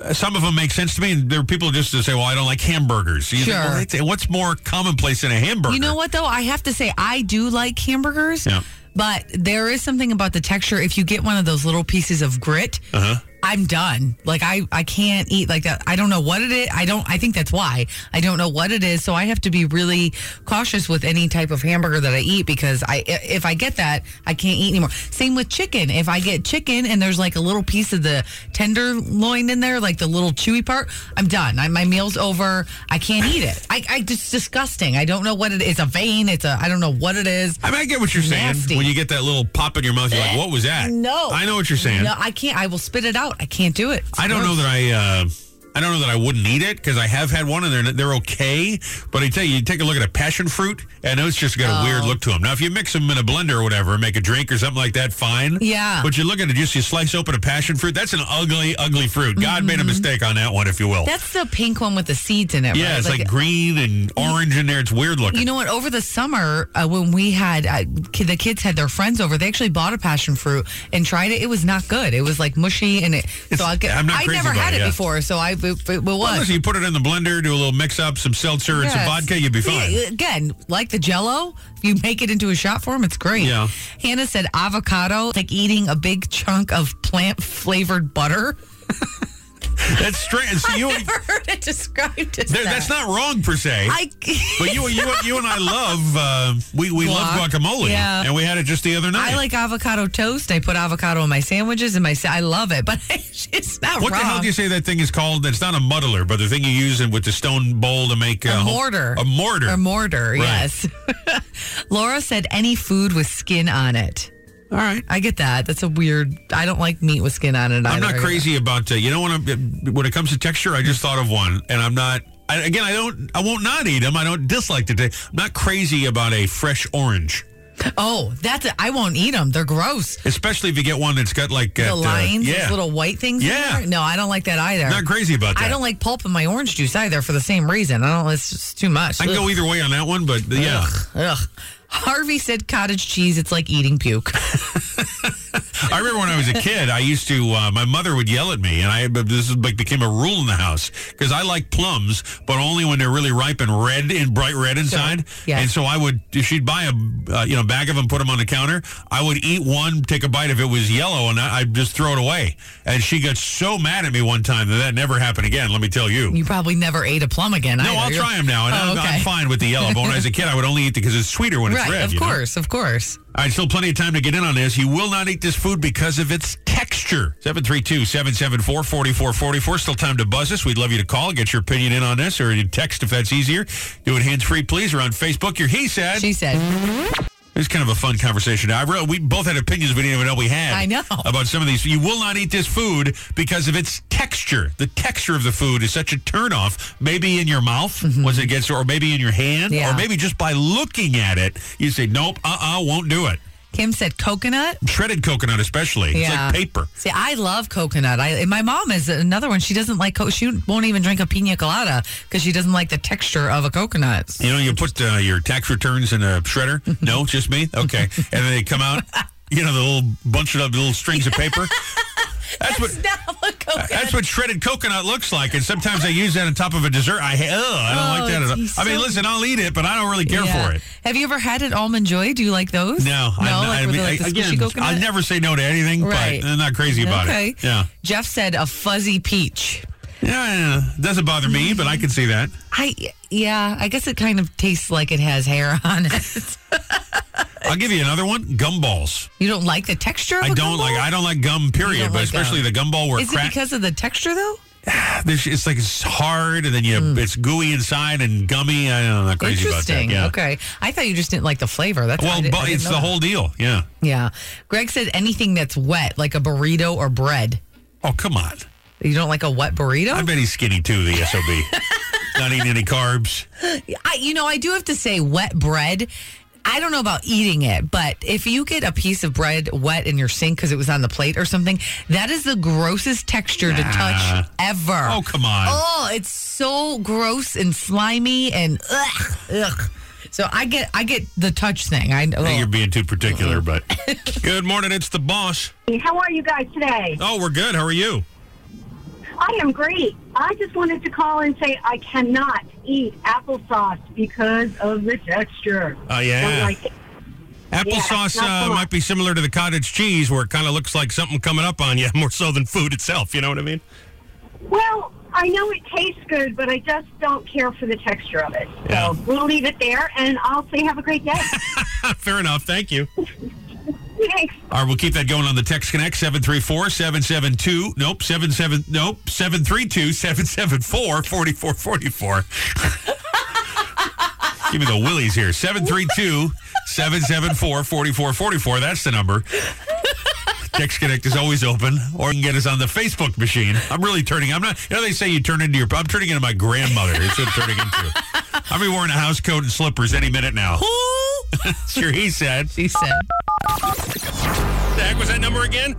Speaker 10: uh, Some of them make sense to me, and there are people just to say, "Well, I don't like hamburgers." You think,
Speaker 2: Sure.
Speaker 10: well, that's- what's more commonplace than a hamburger?
Speaker 2: You know what though? I have to say I do like hamburgers,
Speaker 10: Yeah.
Speaker 2: but there is something about the texture. If you get one of those little pieces of grit,
Speaker 10: Uh-huh.
Speaker 2: I'm done. Like I, I can't eat like that. I don't know what it is. I don't. I think that's why I don't know what it is. So I have to be really cautious with any type of hamburger that I eat because I, if I get that, I can't eat anymore. Same with chicken. If I get chicken and there's like a little piece of the tenderloin in there, like the little chewy part, I'm done. I, my meal's over. I can't eat it. I, I just disgusting. I don't know what it is. It's a vein. It's a. I don't know what it is.
Speaker 10: I mean, I get what you're
Speaker 2: Nasty. Eh,
Speaker 10: saying. When you get that little pop in your mouth, you're like, "What was that?"
Speaker 2: No,
Speaker 10: I know what you're saying.
Speaker 2: No, I can't. I will spit it out. I can't do it. It's
Speaker 10: I don't know
Speaker 2: gross.
Speaker 10: that I. Uh, I don't know that I wouldn't eat it because I have had one and they're they're okay. But I tell you, you take a look at a passion fruit and it's just got a
Speaker 2: Oh.
Speaker 10: weird look to them. Now, if you mix them in a blender or whatever, and make a drink or something like that, fine.
Speaker 2: Yeah.
Speaker 10: But you look at it, just you slice open a passion fruit. That's an ugly, ugly fruit. God made a mistake on that one, if you will.
Speaker 2: Mm-hmm. That's the pink one with the seeds in it.
Speaker 10: yeah,
Speaker 2: right?
Speaker 10: it's like, green and orange in there. It's weird looking.
Speaker 2: You know what? Over the summer, uh, when we had uh, ki- the kids had their friends over, they actually bought a passion fruit and tried it. It was not good. It was like mushy, and it. so I, get,
Speaker 10: I'm not
Speaker 2: I
Speaker 10: crazy
Speaker 2: never
Speaker 10: about
Speaker 2: had
Speaker 10: it,
Speaker 2: it
Speaker 10: yeah.
Speaker 2: before, so I it, it- it was.
Speaker 10: Well, listen, you put it in the blender, do a little mix up, some seltzer and some
Speaker 2: Yes.
Speaker 10: vodka, you'd be fine.
Speaker 2: Yeah, uh, again, like the jello, if you make it into a shot form, it's great.
Speaker 10: Yeah.
Speaker 2: Hannah said avocado, like eating a big chunk of plant flavored butter.
Speaker 10: That's strange. So you,
Speaker 2: I never heard it described as
Speaker 10: there-
Speaker 2: that.
Speaker 10: that's not wrong per se.
Speaker 2: I,
Speaker 10: but you, you, you and I love uh, we we love
Speaker 2: Guac.
Speaker 10: guacamole,
Speaker 2: Yeah.
Speaker 10: and we had it just the other night.
Speaker 2: I like avocado toast. I put avocado in my sandwiches and my sa- I love it, but it's not
Speaker 10: What
Speaker 2: wrong.
Speaker 10: the hell do you say that thing is called? That's not a muddler, but the thing you use in- with the stone bowl to make uh,
Speaker 2: a
Speaker 10: home-
Speaker 2: mortar.
Speaker 10: A mortar.
Speaker 2: A mortar,
Speaker 10: Right.
Speaker 2: yes. Laura said any food with skin on it.
Speaker 10: All right.
Speaker 2: I get that. That's a weird. I don't like meat with skin on it.
Speaker 10: I'm
Speaker 2: either.
Speaker 10: not crazy about uh, you know when I'm, when it comes to texture. I just thought of one, and I'm not. I, again, I don't. I won't not eat them. I don't dislike it. I'm not crazy about a fresh orange.
Speaker 2: Oh, that's it. I won't eat them. They're gross.
Speaker 10: Especially if you get one that's got like uh,
Speaker 2: the lines,
Speaker 10: yeah,
Speaker 2: those little white things. in
Speaker 10: Yeah.
Speaker 2: there? No, I don't like that either.
Speaker 10: Not crazy about that.
Speaker 2: I don't like pulp in my orange juice either for the same reason. I don't. It's just too much.
Speaker 10: I can
Speaker 2: Ugh.
Speaker 10: go either way on that one, but yeah,
Speaker 2: Ugh. Harvey said cottage cheese. It's like eating puke.
Speaker 10: I remember when I was a kid, I used to. Uh, my mother would yell at me, and I but this is like became a rule in the house because I like plums, but only when they're really ripe and red and bright red inside.
Speaker 2: Yes.
Speaker 10: And so I would, if she'd buy a uh, you know bag of them, put them on the counter. I would eat one, take a bite if it was yellow, and I, I'd just throw it away. And she got so mad at me one time that that never happened again. Let me tell you.
Speaker 2: You probably never ate a plum again.
Speaker 10: no,
Speaker 2: either.
Speaker 10: I'll
Speaker 2: You're-
Speaker 10: try them now, and
Speaker 2: Oh,
Speaker 10: I'm,
Speaker 2: okay.
Speaker 10: I'm fine with the yellow. But when I was a kid, I would only eat it because it's sweeter when it's
Speaker 2: right,
Speaker 10: red.
Speaker 2: of
Speaker 10: you know?
Speaker 2: course, of course.
Speaker 10: All right, still plenty of time to get in on this. You will not eat this food because of its texture. 732 774 4444. Still time to buzz us. We'd love you to call, get your opinion in on this, or you text if that's easier. Do it hands free, please, or on Facebook. Your He Said.
Speaker 2: She said.
Speaker 10: It's kind of a fun conversation. I really, we both had opinions we didn't even know we had.
Speaker 2: I know.
Speaker 10: about some of these. You will not eat this food because of its texture. The texture of the food is such a turnoff. Maybe in your mouth once it gets, or maybe in your hand,
Speaker 2: Mm-hmm. Yeah.
Speaker 10: or maybe just by looking at it, you say, "Nope, uh-uh, won't do it."
Speaker 2: Kim said coconut.
Speaker 10: shredded coconut especially it's
Speaker 2: Yeah.
Speaker 10: like paper
Speaker 2: See, I love coconut. I and my mom is another one. She doesn't like co- she won't even drink a pina colada because she doesn't like the texture of a coconut.
Speaker 10: you know you put uh, your tax returns in a shredder no just me okay and then they come out you know the little bunch of little strings of paper that's what
Speaker 2: Not what coconut.
Speaker 10: that's what shredded coconut looks like, and sometimes I use that on top of a dessert. I ha- ugh, I don't
Speaker 2: Oh,
Speaker 10: like that at all.
Speaker 2: it's
Speaker 10: I mean,
Speaker 2: so-
Speaker 10: listen, I'll eat it, but I don't really care
Speaker 2: Yeah.
Speaker 10: for it.
Speaker 2: Have you ever had an almond joy? Do you like those?
Speaker 10: No,
Speaker 2: no,
Speaker 10: I'm,
Speaker 2: like,
Speaker 10: I
Speaker 2: with
Speaker 10: mean,
Speaker 2: the, like,
Speaker 10: I-
Speaker 2: the squishy
Speaker 10: again,
Speaker 2: coconut.
Speaker 10: I never say no to anything,
Speaker 2: Right.
Speaker 10: but I'm not crazy about
Speaker 2: Okay.
Speaker 10: it. Yeah,
Speaker 2: Jeff said a fuzzy peach.
Speaker 10: yeah, yeah, yeah. doesn't bother me, but I can see that.
Speaker 2: I yeah, I guess it kind of tastes like it has hair on it.
Speaker 10: I'll give you another one: gumballs.
Speaker 2: You don't like the texture of
Speaker 10: I
Speaker 2: a
Speaker 10: don't
Speaker 2: gumball?
Speaker 10: like. I don't like gum. Period.
Speaker 2: don't
Speaker 10: but
Speaker 2: like
Speaker 10: especially
Speaker 2: gum.
Speaker 10: the gumball where
Speaker 2: Is
Speaker 10: crack.
Speaker 2: it because of the texture though?
Speaker 10: there's, it's like it's hard, and then you it's gooey inside and gummy. I don't know, I'm not crazy about that.
Speaker 2: Hmm. Interesting.
Speaker 10: Yeah.
Speaker 2: Okay. I thought you just didn't like the flavor. That's I
Speaker 10: Well,
Speaker 2: did- I
Speaker 10: but
Speaker 2: didn't
Speaker 10: it's
Speaker 2: know
Speaker 10: the
Speaker 2: that.
Speaker 10: whole deal. Yeah.
Speaker 2: Yeah. Greg said anything that's wet, like a burrito or bread.
Speaker 10: Oh come on!
Speaker 2: You don't like a wet burrito?
Speaker 10: I bet he's skinny too. The sob. Not eating any carbs.
Speaker 2: I, you know, I do have to say wet bread. I don't know about eating it, but if you get a piece of bread wet in your sink because it was on the plate or something, that is the grossest texture to
Speaker 10: Nah.
Speaker 2: touch ever.
Speaker 10: Oh come on!
Speaker 2: Oh, it's so gross and slimy and ugh, ugh. So I get, I get the touch thing. I
Speaker 10: I think
Speaker 2: know.
Speaker 10: you're being too particular, but good morning. It's the boss.
Speaker 7: How are you guys today?
Speaker 10: Oh, we're good. How are you?
Speaker 7: I am great. I just wanted to call and say I cannot eat applesauce because of the texture.
Speaker 10: Oh yeah.
Speaker 7: Don't like it.
Speaker 10: Applesauce uh, might be similar to the cottage cheese, where it kind of looks like something coming up on you more so than food itself. You know what I mean?
Speaker 7: Well, I know it tastes good, but I just don't care for the texture of it. So
Speaker 10: Yeah.
Speaker 7: we'll leave it there, and I'll say have a great day.
Speaker 10: Fair enough. Thank you.
Speaker 7: Thanks.
Speaker 10: All right, we'll keep that going on the Text Connect 734 772. Nope, 77. Nope, 732 774 4444. Give me the willies here. 732 774 4444. That's the number. Text Connect is always open, or you can get us on the Facebook machine. I'm really turning. I'm not. You know, they say you turn into your. I'm turning into my grandmother. It's what I'm turning into. I'll be wearing a house coat and slippers any minute now. sure, he said.
Speaker 2: She said.
Speaker 10: The heck was that number again?